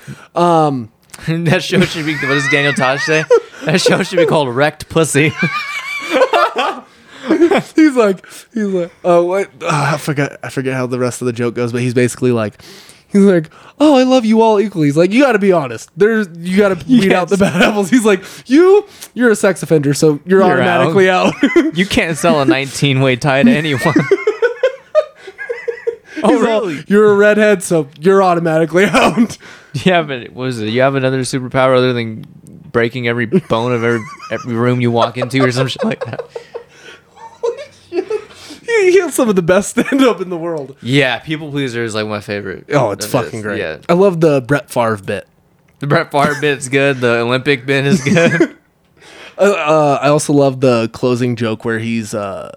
Speaker 2: that show should be. What does Daniel Tosh say? That show should be called Wrecked Pussy.
Speaker 4: he's like, he's like, oh, what? Ah, I forgot, I forget how the rest of the joke goes, but he's basically like, he's like, oh, I love you all equally. He's like, you got to be honest. There's, you got to weed out the bad apples. He's like, you, you're a sex offender, so you're,
Speaker 2: You're
Speaker 4: automatically out.
Speaker 2: You can't sell a 19 way tie to anyone. oh,
Speaker 4: He's all, you're a redhead, so you're automatically out.
Speaker 2: You have it. What is it? You have another superpower other than breaking every bone of every, every room you walk into or some shit like that.
Speaker 4: he, he has some of the best stand up in the world.
Speaker 2: Yeah, people pleaser is like my favorite.
Speaker 4: Oh, it's
Speaker 2: That
Speaker 4: fucking
Speaker 2: is-
Speaker 4: great.
Speaker 2: Yeah,
Speaker 4: I love the Brett Favre bit.
Speaker 2: the Brett Favre bit's good. The Olympic bit is good.
Speaker 4: Uh, I also love the closing joke where he's uh,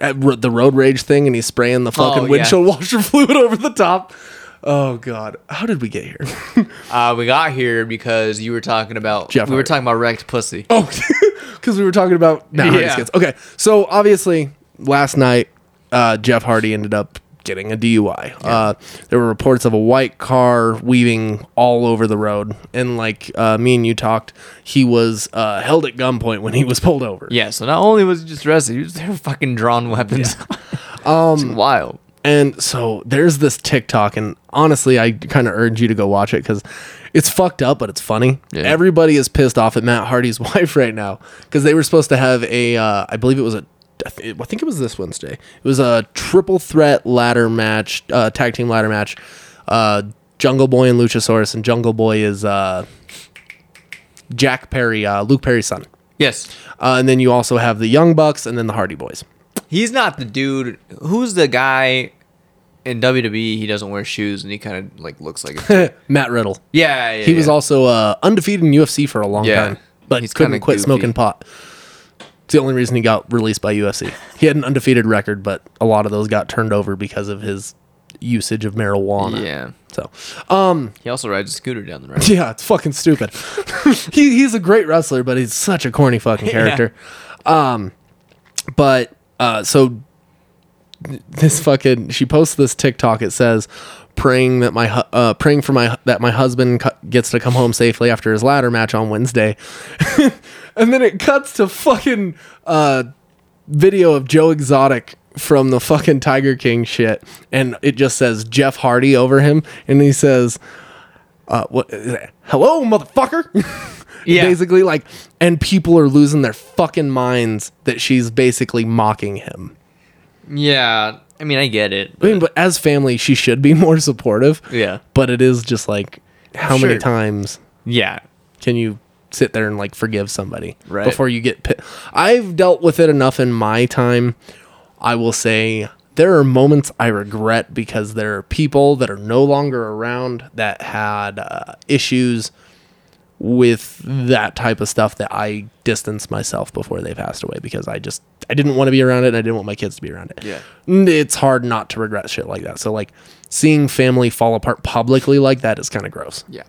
Speaker 4: at ro- the road rage thing and he's spraying the fucking
Speaker 2: Oh, yeah.
Speaker 4: windshield washer fluid over the top. Oh god, how did we get here?
Speaker 2: Uh, we got here because you were talking about
Speaker 4: Jeff
Speaker 2: we were
Speaker 4: Hardy.
Speaker 2: talking about wrecked pussy.
Speaker 4: oh, because we were talking about nah, Hardy's
Speaker 2: Yeah.
Speaker 4: kids. Okay, so obviously last night uh, Jeff Hardy ended up getting a DUI. Uh, there were reports of a white car weaving all over the road, and like uh, me and you talked, he was uh, held at gunpoint when he was pulled over.
Speaker 2: Yeah, so not only was he just arrested, he was there with fucking drawn weapons. um, it's wild.
Speaker 4: And so there's this TikTok, and honestly, I kind of urge you to go watch it because it's fucked up, but it's funny.
Speaker 2: Yeah.
Speaker 4: Everybody is pissed off at Matt Hardy's wife right now because they were supposed to have a, uh, I believe it was a, I, th- I think it was this Wednesday. It was a triple threat ladder match, uh, tag team ladder match. Uh, Jungle Boy and Luchasaurus, and Jungle Boy is uh, Jack Perry, uh, Luke Perry's son.
Speaker 2: Yes,
Speaker 4: Uh, and then you also have the Young Bucks, and then the Hardy Boys.
Speaker 2: he's not the dude. Who's the guy in WWE? He doesn't wear shoes and he kind of like looks like. A,
Speaker 4: Matt Riddle.
Speaker 2: yeah, yeah,
Speaker 4: He was
Speaker 2: yeah.
Speaker 4: also uh, undefeated in UFC for a long
Speaker 2: Yeah.
Speaker 4: time, but
Speaker 2: He's
Speaker 4: couldn't
Speaker 2: kinda
Speaker 4: quit
Speaker 2: goofy.
Speaker 4: smoking pot. It's the only reason he got released by UFC. He had an undefeated record, but a lot of those got turned over because of his usage of marijuana.
Speaker 2: Yeah, Um,
Speaker 4: So
Speaker 2: he also rides a scooter down the road.
Speaker 4: yeah, it's fucking stupid. he he's a great wrestler, but he's such a corny fucking character. Um, but uh, so this fucking she posts this TikTok. It says praying that my hu- uh, praying for my hu- that my husband cu- gets to come home safely after his ladder match on Wednesday, and then it cuts to fucking uh, video of Joe Exotic from the fucking Tiger King shit, and it just says Jeff Hardy over him, and he says uh, what, hello, motherfucker.
Speaker 2: Yeah.
Speaker 4: Basically, like, and people are losing their fucking minds that she's basically mocking him.
Speaker 2: Yeah, I mean, I get it.
Speaker 4: I mean, but as family, she should be more supportive.
Speaker 2: Yeah.
Speaker 4: But it is just like, how
Speaker 2: Sure.
Speaker 4: many times
Speaker 2: Yeah,
Speaker 4: can you sit there and like forgive somebody
Speaker 2: Right.
Speaker 4: before you get pit? I've dealt with it enough in my time. I will say there are moments I regret because there are people that are no longer around that had uh, issues with that type of stuff that I distanced myself before they passed away because I just I didn't want to be around it and I didn't want my kids to be around it.
Speaker 2: Yeah.
Speaker 4: N- It's hard not to regret shit like that. So like seeing family fall apart publicly like that is kind of gross.
Speaker 2: yeah,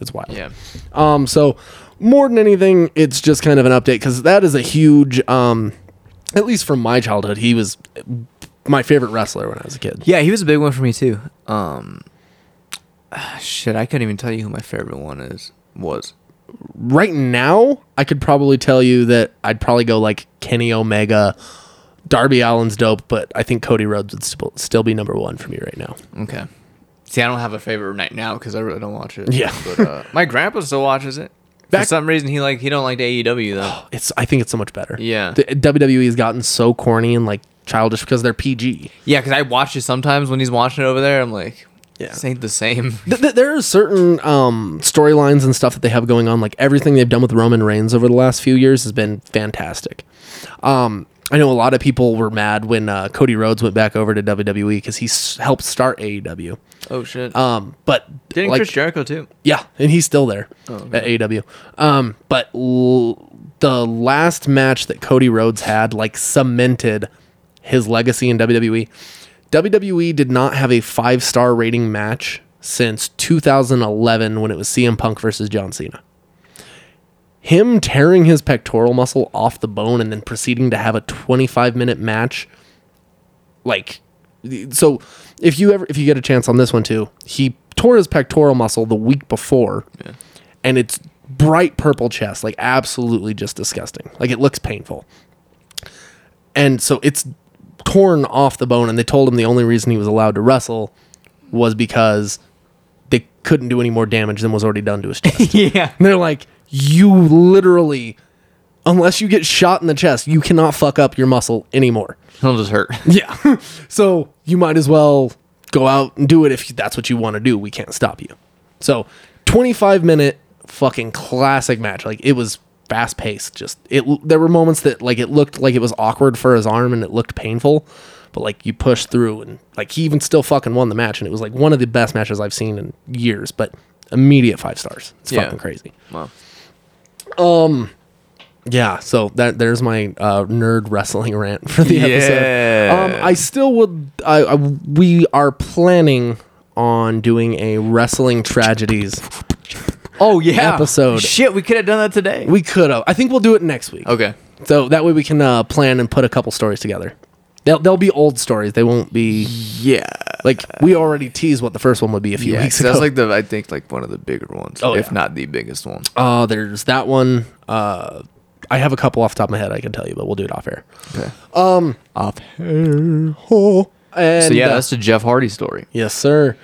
Speaker 4: It's wild.
Speaker 2: yeah.
Speaker 4: Um, so more than anything, it's just kind of an update because that is a huge um, at least from my childhood, he was my favorite wrestler when I was a kid.
Speaker 2: Yeah, he was a big one for me too. Um, shit, I couldn't even tell you who my favorite one is. Was
Speaker 4: Right now, I could probably tell you that I'd probably go like Kenny Omega, Darby Allen's dope, but I think Cody Rhodes would still still be number one for me right now.
Speaker 2: okay. See, I don't have a favorite right now because I really don't watch it.
Speaker 4: Yeah.
Speaker 2: but, uh, my grandpa still watches it.
Speaker 4: Back-
Speaker 2: for some reason, he like he don't like the AEW though.
Speaker 4: It's I think it's so much better.
Speaker 2: Yeah.
Speaker 4: the, WWE has gotten so corny and like childish because they're PG.
Speaker 2: yeah, because I watch it sometimes when he's watching it over there. I'm like,
Speaker 4: Yeah.
Speaker 2: this ain't the same.
Speaker 4: Th- th- there are certain um, storylines and stuff that they have going on. Like everything they've done with Roman Reigns over the last few years has been fantastic. Um, I know a lot of people were mad when uh, Cody Rhodes went back over to WWE because he s- helped start AEW.
Speaker 2: Oh shit!
Speaker 4: Um, but
Speaker 2: Didn't
Speaker 4: like,
Speaker 2: Chris Jericho too?
Speaker 4: yeah, and he's still there at AEW. Um, but l- the last match that Cody Rhodes had like cemented his legacy in E. WWE. WWE E did not have a five star rating match since 2011 when it was CM Punk versus John Cena. Him tearing his pectoral muscle off the bone and then proceeding to have a 25 minute match like so if you ever if you get a chance on this one too he tore his pectoral muscle the week before and it's bright purple chest like absolutely just disgusting like it looks painful and so it's torn off the bone and they told him the only reason he was allowed to wrestle was because they couldn't do any more damage than was already done to his chest
Speaker 2: Yeah.
Speaker 4: and they're like you literally unless you get shot in the chest you cannot fuck up your muscle anymore
Speaker 2: He'll just hurt.
Speaker 4: yeah. so you might as well go out and do it if that's what you want to do. We can't stop you. So 25 minute fucking classic match. Like it was fast paced. Just it there were moments that like it looked like it was awkward for his arm and it looked painful, but like you pushed through and like he even still fucking won the match and it was like one of the best matches I've seen in years, but immediate five stars. It's
Speaker 2: Yeah.
Speaker 4: fucking crazy.
Speaker 2: Wow.
Speaker 4: Yeah, so that there's my uh, nerd wrestling rant for the episode.
Speaker 2: Yeah.
Speaker 4: Um, I still would. I, I we are planning on doing a wrestling tragedies.
Speaker 2: Oh yeah.
Speaker 4: Episode.
Speaker 2: Shit, we could have done that today.
Speaker 4: We could have. I think we'll do it next week.
Speaker 2: okay.
Speaker 4: So that way we can uh, plan and put a couple stories together. They'll they'll be old stories. They won't be
Speaker 2: Yeah.
Speaker 4: like we already teased what the first one would be a few
Speaker 2: Yeah,
Speaker 4: weeks
Speaker 2: 'cause
Speaker 4: ago.
Speaker 2: that's like the I think like one of the bigger ones,
Speaker 4: Oh,
Speaker 2: if
Speaker 4: yeah.
Speaker 2: not the biggest one.
Speaker 4: Uh, there's that one. Uh, I have a couple off the top of my head I can tell you, but we'll do it off air.
Speaker 2: Off.
Speaker 4: Oh, and
Speaker 2: So yeah,
Speaker 4: uh,
Speaker 2: that's the Jeff Hardy story.
Speaker 4: Yes, sir.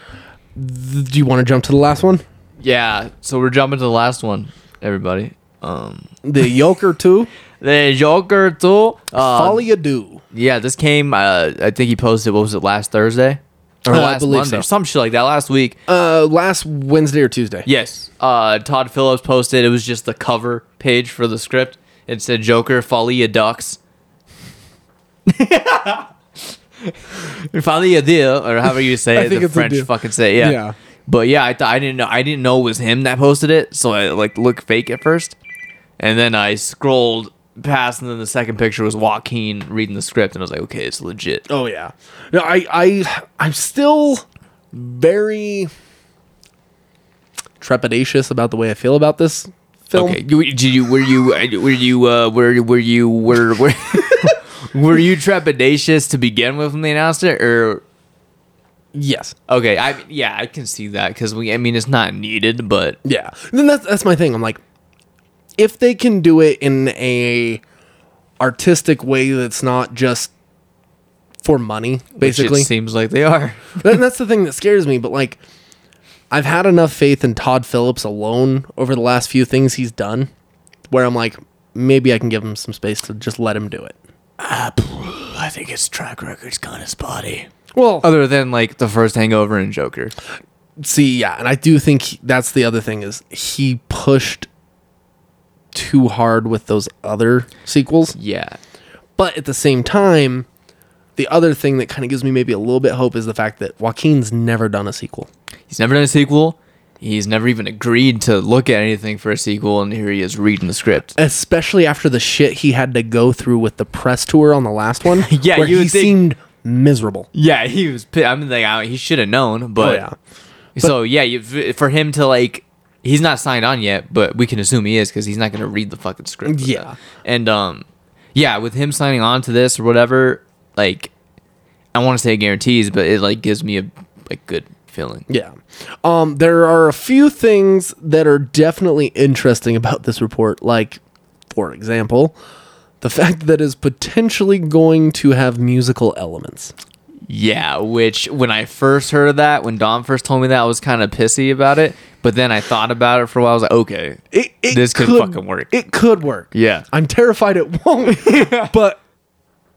Speaker 4: Th- Do you want to jump to the last one?
Speaker 2: Yeah. So we're jumping to the last one, everybody. Um,
Speaker 4: The Yoker 2,
Speaker 2: the Joker too. Uh,
Speaker 4: Folly Ado.
Speaker 2: Yeah, this came. Uh, I think he posted. What was it last Thursday? Or
Speaker 4: Uh, I
Speaker 2: last
Speaker 4: believe
Speaker 2: Monday,
Speaker 4: so.
Speaker 2: or some shit like that. Last week.
Speaker 4: Uh, last Wednesday or Tuesday.
Speaker 2: Yes. Uh, Todd Phillips posted. It was just the cover page for the script. It said Joker, Folia Ducks. Folia Dieu, or however you say
Speaker 4: I
Speaker 2: it,
Speaker 4: think
Speaker 2: the
Speaker 4: it's a
Speaker 2: French
Speaker 4: dieu.
Speaker 2: fucking say it. Yeah.
Speaker 4: Yeah.
Speaker 2: But yeah, I thought I didn't know I didn't know it was him that posted it, so I like looked fake at first. And then I scrolled past and then the second picture was Joaquin reading the script and I was like, okay, it's legit.
Speaker 4: Oh yeah. No, I I I'm still very trepidatious about the way I feel about this film.
Speaker 2: Okay, you, did you were you were you uh, were were you were were, were you trepidatious to begin with when they announced it, or
Speaker 4: Yes.
Speaker 2: okay, I yeah, I can see that because we, I mean, it's not needed, but
Speaker 4: Yeah. Then that's that's my thing. I'm like, if they can do it in a artistic way that's not just for money, basically.
Speaker 2: it seems like they are.
Speaker 4: That- that's the thing that scares me. But like, I've had enough faith in Todd Phillips alone over the last few things he's done, where I'm like, maybe I can give him some space to just let him do it.
Speaker 2: I think its track record's kind of spotty,
Speaker 4: Well,
Speaker 2: other than like the first Hangover and Joker.
Speaker 4: see, yeah, and I do think he- that's the other thing is he pushed too hard with those other sequels.
Speaker 2: Yeah,
Speaker 4: But at the same time, the other thing that kind of gives me maybe a little bit hope is the fact that Joaquin's never done a sequel.
Speaker 2: he's never done a sequel. He's never even agreed to look at anything for a sequel, and here he is reading the script.
Speaker 4: Uh, especially after the shit he had to go through with the press tour on the last one.
Speaker 2: Yeah,
Speaker 4: where
Speaker 2: you
Speaker 4: he
Speaker 2: would think-
Speaker 4: seemed miserable.
Speaker 2: Yeah, he was. pi- I mean, like I, he should have known, but
Speaker 4: Oh, yeah.
Speaker 2: so yeah, you, f- for him to like, he's not signed on yet, but we can assume he is because he's not going to read the fucking script. for
Speaker 4: Yeah.
Speaker 2: that. and um, yeah, with him signing on to this or whatever, like I want to say guarantees, but it like gives me a like good feeling.
Speaker 4: Yeah. Um, there are a few things that are definitely interesting about this report. Like, for example, the fact that it's potentially going to have musical elements.
Speaker 2: Yeah, which when I first heard of that, when Dom first told me that, I was kind of pissy about it. But then I thought about it for a while. I was like, okay,
Speaker 4: It, it
Speaker 2: This could fucking work.
Speaker 4: It could work.
Speaker 2: Yeah.
Speaker 4: I'm terrified it won't, but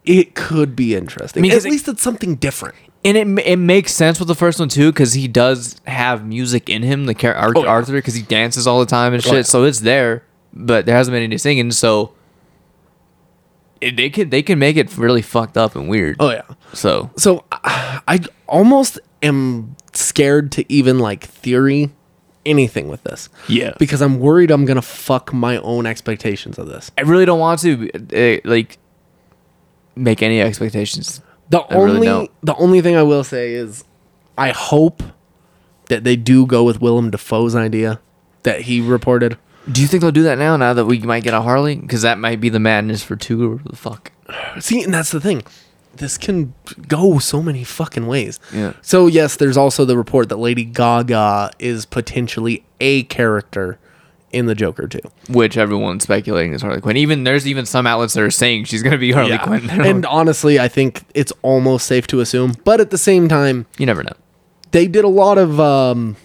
Speaker 4: it could be interesting.
Speaker 2: I mean,
Speaker 4: At
Speaker 2: 'cause it-
Speaker 4: least it's something different.
Speaker 2: and it ma- it makes sense with the first one too because he does have music in him, the character
Speaker 4: Oh, yeah.
Speaker 2: Arthur, because he dances all the time and shit.
Speaker 4: yeah.
Speaker 2: So it's there, but there hasn't been any singing. So it, they can they can make it really fucked up and weird.
Speaker 4: Oh, yeah.
Speaker 2: So
Speaker 4: So I, I almost am scared to even like theory anything with this.
Speaker 2: Yeah.
Speaker 4: Because I'm worried I'm going to fuck my own expectations of this.
Speaker 2: I really don't want to eh, like make any expectations.
Speaker 4: The
Speaker 2: I really
Speaker 4: only
Speaker 2: don't.
Speaker 4: the only thing I will say is I hope that they do go with Willem Dafoe's idea that he reported.
Speaker 2: Do you think they'll do that now? Now that we might get a Harley, because that might be the madness for two or the fuck.
Speaker 4: See, and that's the thing. This can go so many fucking ways.
Speaker 2: Yeah.
Speaker 4: So yes, there's also the report that Lady Gaga is potentially a character in the Joker too.
Speaker 2: Which everyone's speculating is Harley Quinn. Even there's even some outlets that are saying she's gonna be Harley Quinn.
Speaker 4: And honestly, I think it's almost safe to assume. But at the same time,
Speaker 2: you never know.
Speaker 4: they did a lot of um,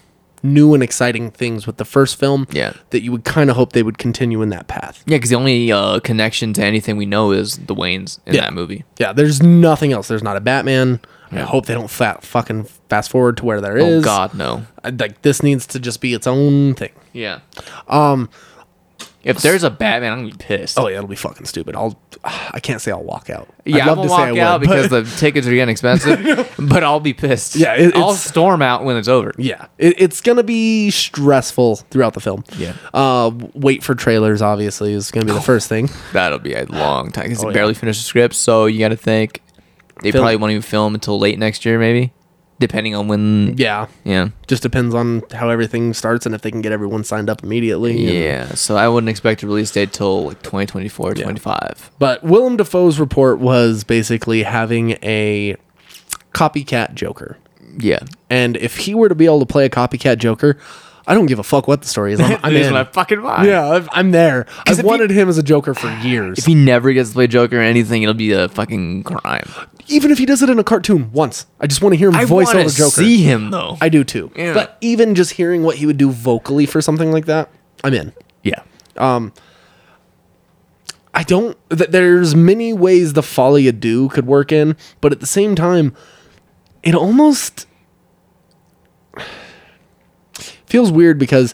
Speaker 4: new and exciting things with the first film.
Speaker 2: Yeah.
Speaker 4: That you would kind of hope they would continue in that path.
Speaker 2: Yeah, because the only uh, connection to anything we know is the Waynes in
Speaker 4: Yeah.
Speaker 2: that movie.
Speaker 4: Yeah. There's nothing else. There's not a Batman. I hope they don't fa- fucking fast forward to where there
Speaker 2: Oh
Speaker 4: is.
Speaker 2: God, no.
Speaker 4: I- like this needs to just be its own thing.
Speaker 2: Yeah. Um, if there's a Batman, I'm gonna be pissed.
Speaker 4: Oh yeah, it'll be fucking stupid. I'll. I can't say I'll walk out.
Speaker 2: Yeah,
Speaker 4: I'd
Speaker 2: I'm gonna walk out
Speaker 4: but-
Speaker 2: because the tickets are getting expensive, but I'll be pissed.
Speaker 4: Yeah, it-
Speaker 2: I'll
Speaker 4: it's-
Speaker 2: storm out when it's over.
Speaker 4: Yeah, it, it's gonna be stressful throughout the film.
Speaker 2: Yeah.
Speaker 4: Uh, wait for trailers. Obviously, is gonna be the first thing.
Speaker 2: That'll be a long time because
Speaker 4: Oh,
Speaker 2: they
Speaker 4: yeah.
Speaker 2: barely finished the script, so you got to think they
Speaker 4: Film-
Speaker 2: probably won't even film until late next year, maybe, depending on when.
Speaker 4: Yeah,
Speaker 2: Yeah.
Speaker 4: just depends on how everything starts and if they can get everyone signed up immediately. and-
Speaker 2: Yeah. So I wouldn't expect a release date till like 2024, 25.
Speaker 4: But Willem Dafoe's report was basically having a copycat Joker,
Speaker 2: Yeah.
Speaker 4: and if he were to be able to play a copycat Joker, I don't give a fuck what the story is. I'm, I'm
Speaker 2: This is
Speaker 4: in.
Speaker 2: my fucking mind.
Speaker 4: yeah, I've- I'm there. I've
Speaker 2: if he-
Speaker 4: wanted him as a Joker for years.
Speaker 2: If he never gets to play Joker or anything, it'll be a fucking crime.
Speaker 4: even if he does it in a cartoon once, I just want to hear him
Speaker 2: I
Speaker 4: voice
Speaker 2: want
Speaker 4: over
Speaker 2: to
Speaker 4: Joker.
Speaker 2: see him though.
Speaker 4: I do too.
Speaker 2: Yeah.
Speaker 4: But even just hearing what he would do vocally for something like that, I'm in.
Speaker 2: yeah.
Speaker 4: I don't. Th- there's many ways the folly of do could work in, but at the same time, it almost feels weird because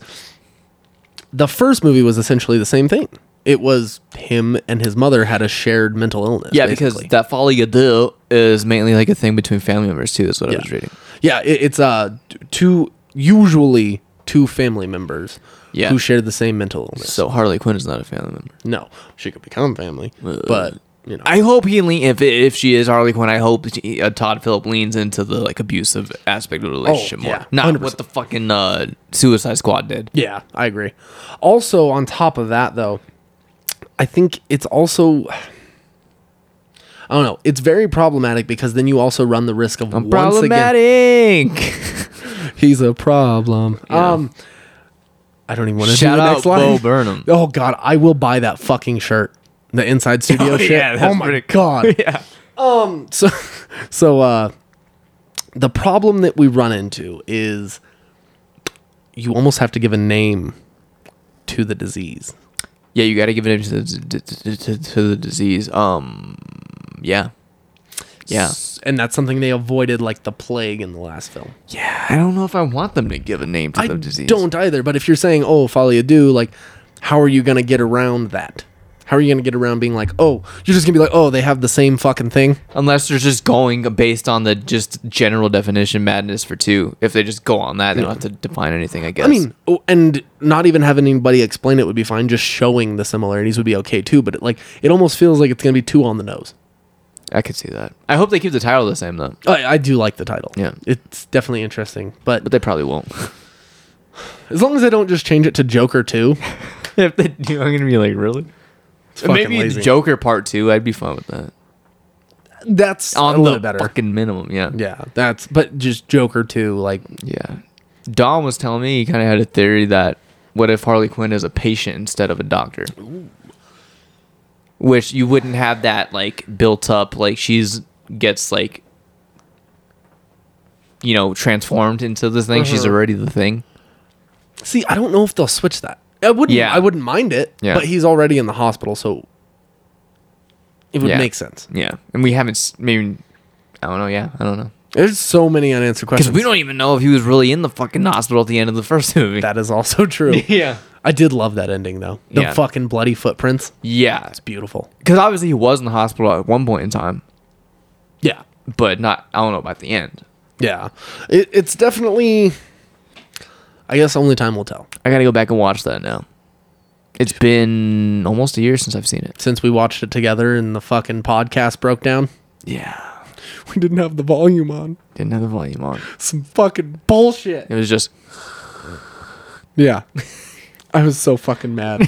Speaker 4: the first movie was essentially the same thing. It was him and his mother had a shared mental illness.
Speaker 2: Yeah,
Speaker 4: basically.
Speaker 2: because that folly you do is mainly like a thing between family members too. That's what I was reading.
Speaker 4: Yeah, it, it's uh t- two usually two family members
Speaker 2: Yeah.
Speaker 4: who share the same mental illness.
Speaker 2: So Harley Quinn is not a family member.
Speaker 4: No, she could become family, but you know,
Speaker 2: I hope he lean if if she is Harley Quinn. I hope she, uh, Todd Phillip leans into the like abusive aspect of the relationship more,
Speaker 4: yeah,
Speaker 2: not
Speaker 4: 100%.
Speaker 2: what the fucking uh, Suicide Squad did.
Speaker 4: yeah, I agree. Also, on top of that, though, I think it's also. I don't know. It's very problematic because then you also run the risk of once again
Speaker 2: Problematic.
Speaker 4: he's a problem. Um, I don't even want to do
Speaker 2: Shout
Speaker 4: the
Speaker 2: out
Speaker 4: next line.
Speaker 2: Bo Burnham.
Speaker 4: Oh God, I will buy that fucking shirt. The Inside Studio
Speaker 2: Oh,
Speaker 4: shit.
Speaker 2: yeah, that's
Speaker 4: oh my
Speaker 2: pretty-
Speaker 4: God.
Speaker 2: yeah.
Speaker 4: so so uh the problem that we run into is you almost have to give a name to the disease
Speaker 2: Yeah, you got to give it to, to, to, to, to the disease. Um, yeah, yeah,
Speaker 4: S- and that's something they avoided like the plague in the last film
Speaker 2: yeah. I don't know if I want them to give a name to
Speaker 4: i
Speaker 2: the disease.
Speaker 4: don't either but if you're saying oh folly ado like how are you gonna get around that how are you gonna get around being like oh you're just gonna be like oh they have the same fucking thing
Speaker 2: unless they're just going based on the just general definition madness for two. If they just go on that, they don't have to define anything. I guess.
Speaker 4: i mean oh, and not even having anybody explain it would be fine just showing the similarities would be okay too but it, like it almost feels like it's gonna be too on the nose
Speaker 2: I could see that. I hope they keep the title the same though,
Speaker 4: I, I do like the title.
Speaker 2: Yeah.
Speaker 4: it's definitely interesting. But,
Speaker 2: but they probably won't.
Speaker 4: as long as they don't just change it to Joker Two,
Speaker 2: if they do, I'm gonna be like, really?
Speaker 4: fucking
Speaker 2: Maybe
Speaker 4: lazy.
Speaker 2: Joker Part Two. I'd be fine with that.
Speaker 4: That's
Speaker 2: On
Speaker 4: a
Speaker 2: the
Speaker 4: little better.
Speaker 2: fucking minimum, yeah.
Speaker 4: yeah, that's but just Joker too. Like
Speaker 2: Yeah. Dom was telling me he kind of had a theory that what if Harley Quinn is a patient instead of a doctor? Which you wouldn't have that like built up like she's gets like you know transformed into the thing she's already the thing.
Speaker 4: See, I don't know if they'll switch that. I wouldn't.
Speaker 2: Yeah.
Speaker 4: I wouldn't mind it.
Speaker 2: Yeah.
Speaker 4: But he's already in the hospital, so it would
Speaker 2: Yeah.
Speaker 4: make sense.
Speaker 2: Yeah. And we haven't s- maybe I don't know, yeah. I don't know.
Speaker 4: There's so many unanswered
Speaker 2: Cuz
Speaker 4: questions.
Speaker 2: we don't even know if he was really in the fucking hospital at the end of the first movie.
Speaker 4: That is also true.
Speaker 2: yeah.
Speaker 4: I did love that ending though. The
Speaker 2: Yeah.
Speaker 4: fucking bloody footprints.
Speaker 2: Yeah.
Speaker 4: Beautiful.
Speaker 2: Cuz obviously he was in the hospital at one point in time,
Speaker 4: Yeah.
Speaker 2: but not I don't know about the end.
Speaker 4: Yeah. It, it's definitely. I guess only time will tell.
Speaker 2: I gotta go back and watch that now. It's been almost a year since I've seen it.
Speaker 4: Since we watched it together and the fucking podcast broke down,
Speaker 2: Yeah.
Speaker 4: we didn't have the volume on.
Speaker 2: Didn't have the volume on.
Speaker 4: Some fucking bullshit.
Speaker 2: It was just
Speaker 4: Yeah. I was so fucking mad.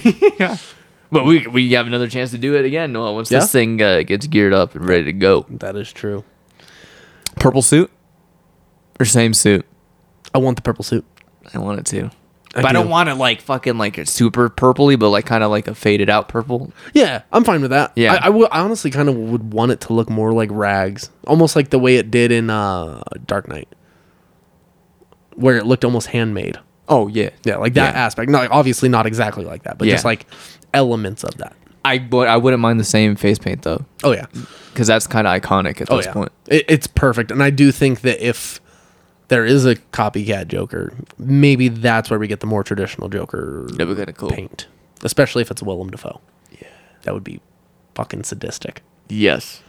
Speaker 2: But we we have another chance to do it again Noah, once
Speaker 4: Yeah.
Speaker 2: this thing uh, gets geared up and ready to go.
Speaker 4: that is true.
Speaker 2: Purple suit? Or same suit.
Speaker 4: I want the purple suit.
Speaker 2: I want it to.
Speaker 4: I
Speaker 2: but I don't
Speaker 4: do.
Speaker 2: want it like fucking like it's super purpley, but like kind of like a faded out purple.
Speaker 4: Yeah, I'm fine with that.
Speaker 2: Yeah.
Speaker 4: I, I will- I honestly kind of would want it to look more like rags, almost like the way it did in uh, Dark Knight, where it looked almost handmade.
Speaker 2: Oh yeah,
Speaker 4: Yeah, like that aspect. Not obviously not exactly like that, but just
Speaker 2: Yeah.
Speaker 4: like elements of that.
Speaker 2: I but I wouldn't mind the same face paint though,
Speaker 4: Oh yeah,
Speaker 2: because that's kind of iconic at
Speaker 4: oh
Speaker 2: this
Speaker 4: yeah.
Speaker 2: point.
Speaker 4: It, it's perfect, and I do think that if there is a copycat Joker, maybe that's where we get the more traditional Joker
Speaker 2: That'd be kind of cool.
Speaker 4: paint, especially if it's Willem Dafoe. Yeah, that would be fucking sadistic.
Speaker 2: Yes.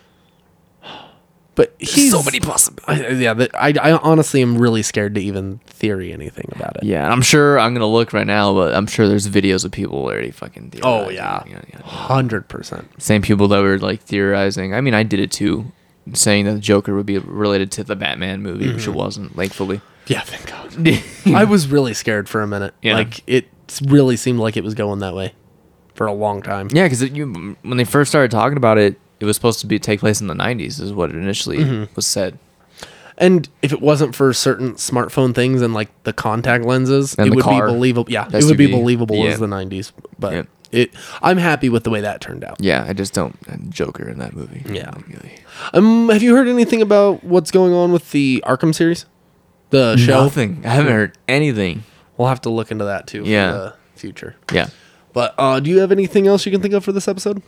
Speaker 4: But
Speaker 2: There's
Speaker 4: he's
Speaker 2: so many possibilities.
Speaker 4: I, yeah, that, I, I honestly am really scared to even theory anything about it.
Speaker 2: Yeah, and I'm sure I'm gonna look right now, but I'm sure there's videos of people already fucking.
Speaker 4: Oh,
Speaker 2: theorizing.
Speaker 4: yeah.
Speaker 2: yeah.
Speaker 4: hundred percent.
Speaker 2: Same people that were like theorizing. I mean, I did it too, saying that the Joker would be related to the Batman movie, which it
Speaker 4: Mm-hmm.
Speaker 2: wasn't, thankfully.
Speaker 4: Yeah, thank God. I was really scared for a minute.
Speaker 2: Hmm. Yeah.
Speaker 4: Like it really seemed like it was going that way for a long time.
Speaker 2: Yeah, because you when they first started talking about it, it was supposed to be take place in the '90s, is what it initially
Speaker 4: Mm-hmm.
Speaker 2: was said.
Speaker 4: And if it wasn't for certain smartphone things and like the contact lenses,
Speaker 2: And
Speaker 4: it
Speaker 2: the
Speaker 4: would
Speaker 2: car.
Speaker 4: be believable. Yeah, it would be
Speaker 2: SUV.
Speaker 4: believable
Speaker 2: Yeah.
Speaker 4: as the '90s. But
Speaker 2: Yep.
Speaker 4: it, I'm happy with the way that turned out.
Speaker 2: Yeah, I just don't Joker in that movie.
Speaker 4: Yeah.
Speaker 2: Really.
Speaker 4: Um, have you heard anything about what's going on with the Arkham series? The show.
Speaker 2: Nothing. I haven't heard anything.
Speaker 4: We'll have to look into that too.
Speaker 2: Yeah.
Speaker 4: For the future.
Speaker 2: Yeah.
Speaker 4: But uh, do you have anything else you can think of for this episode?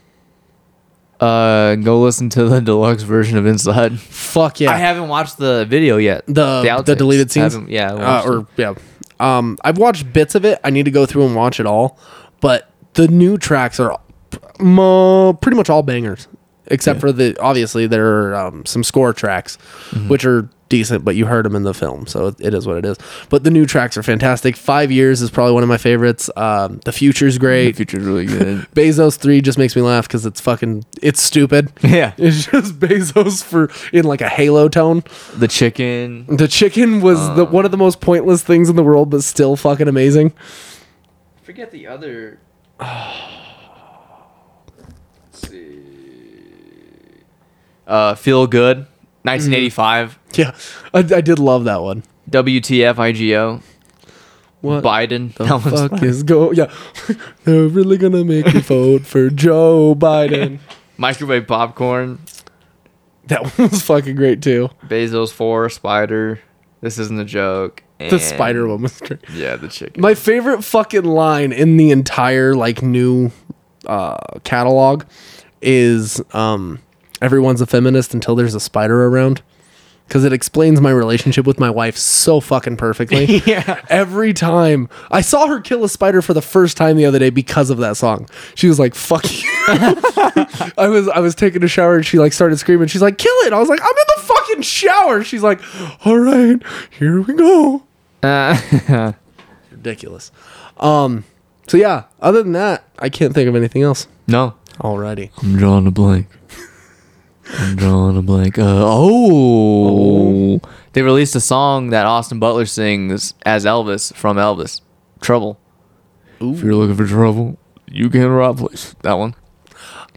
Speaker 2: Uh, go listen to the deluxe version of Inside.
Speaker 4: Fuck yeah.
Speaker 2: I haven't watched the video yet.
Speaker 4: the the,
Speaker 2: outtakes.
Speaker 4: deleted scenes.
Speaker 2: Haven't- Yeah. I
Speaker 4: uh,
Speaker 2: watched
Speaker 4: or
Speaker 2: them.
Speaker 4: yeah. Um, I've watched bits of it. I need to go through and watch it all. But the new tracks are mo- pretty much all bangers, except for the obviously there are um, some score tracks, which are decent. But you heard them in the film, so it, it is what it is. But the new tracks are fantastic. Five years is probably one of my favorites. Um, the future's
Speaker 2: the
Speaker 4: great.
Speaker 2: future's really good.
Speaker 4: Bezos three just makes me laugh because it's fucking it's stupid.
Speaker 2: Yeah.
Speaker 4: it's just Bezos for in like a Halo tone.
Speaker 2: the chicken.
Speaker 4: The chicken was the one of the most pointless things in the world, but still fucking amazing.
Speaker 2: Forget the other. Uh, feel good. 1985.
Speaker 4: Yeah, I, I did love that one.
Speaker 2: WTF IGO.
Speaker 4: What
Speaker 2: Biden.
Speaker 4: the
Speaker 2: That one's
Speaker 4: fuck
Speaker 2: fun.
Speaker 4: is go? Yeah, they're really gonna make me vote for Joe Biden.
Speaker 2: Microwave popcorn.
Speaker 4: That one was fucking great too.
Speaker 2: Bezos four spider. This isn't a joke.
Speaker 4: The spider one was great.
Speaker 2: Yeah, the chicken.
Speaker 4: My favorite fucking line in the entire like new uh, catalog is um, "Everyone's a feminist until there's a spider around," because it explains my relationship with my wife so fucking perfectly. yeah. Every time I saw her kill a spider for the first time the other day because of that song, she was like, "Fuck you." I was I was taking a shower and she like started screaming. She's like, "Kill it!" I was like, "I'm in the fucking shower." She's like, "All right, here we go." ridiculous. Um, so yeah, other than that, I can't think of anything else.
Speaker 2: no.
Speaker 4: Alrighty.
Speaker 2: I'm drawing a blank. I'm drawing a blank. Uh, oh. They released a song that Austin Butler sings as Elvis from Elvis. Trouble. If you're looking for trouble, you can rob place. That one.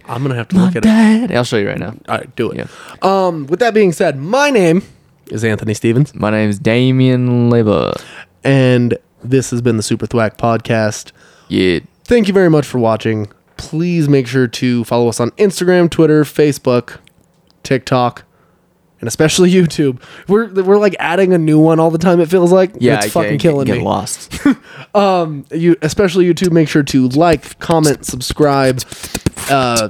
Speaker 3: I'm gonna have to look at it.
Speaker 2: Dad. I'll show you right now.
Speaker 3: All right, do it.
Speaker 2: Yeah.
Speaker 3: Um, with that being said, my name is Anthony Stevens,
Speaker 2: My name's Damien Labor.
Speaker 3: and this has been the Super Thwack Podcast.
Speaker 2: Yeah.
Speaker 3: Thank you very much for watching. Please make sure to follow us on Instagram, Twitter, Facebook, TikTok, and especially YouTube. We're we're like adding a new one all the time. It feels like
Speaker 2: Yeah.
Speaker 3: it's
Speaker 2: I
Speaker 3: fucking
Speaker 2: get-
Speaker 3: killing
Speaker 2: get
Speaker 3: me.
Speaker 2: lost.
Speaker 3: you especially YouTube, make sure to like, comment, subscribe, uh,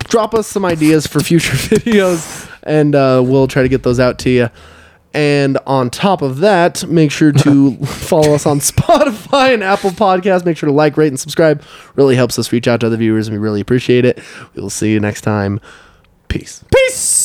Speaker 3: drop us some ideas for future videos, and uh, we'll try to get those out to you. And on top of that, make sure to follow us on Spotify and Apple Podcasts. Make sure to like, rate, and subscribe. Really helps us reach out to other viewers, and we really appreciate it. We will see you next time. Peace.
Speaker 2: Peace.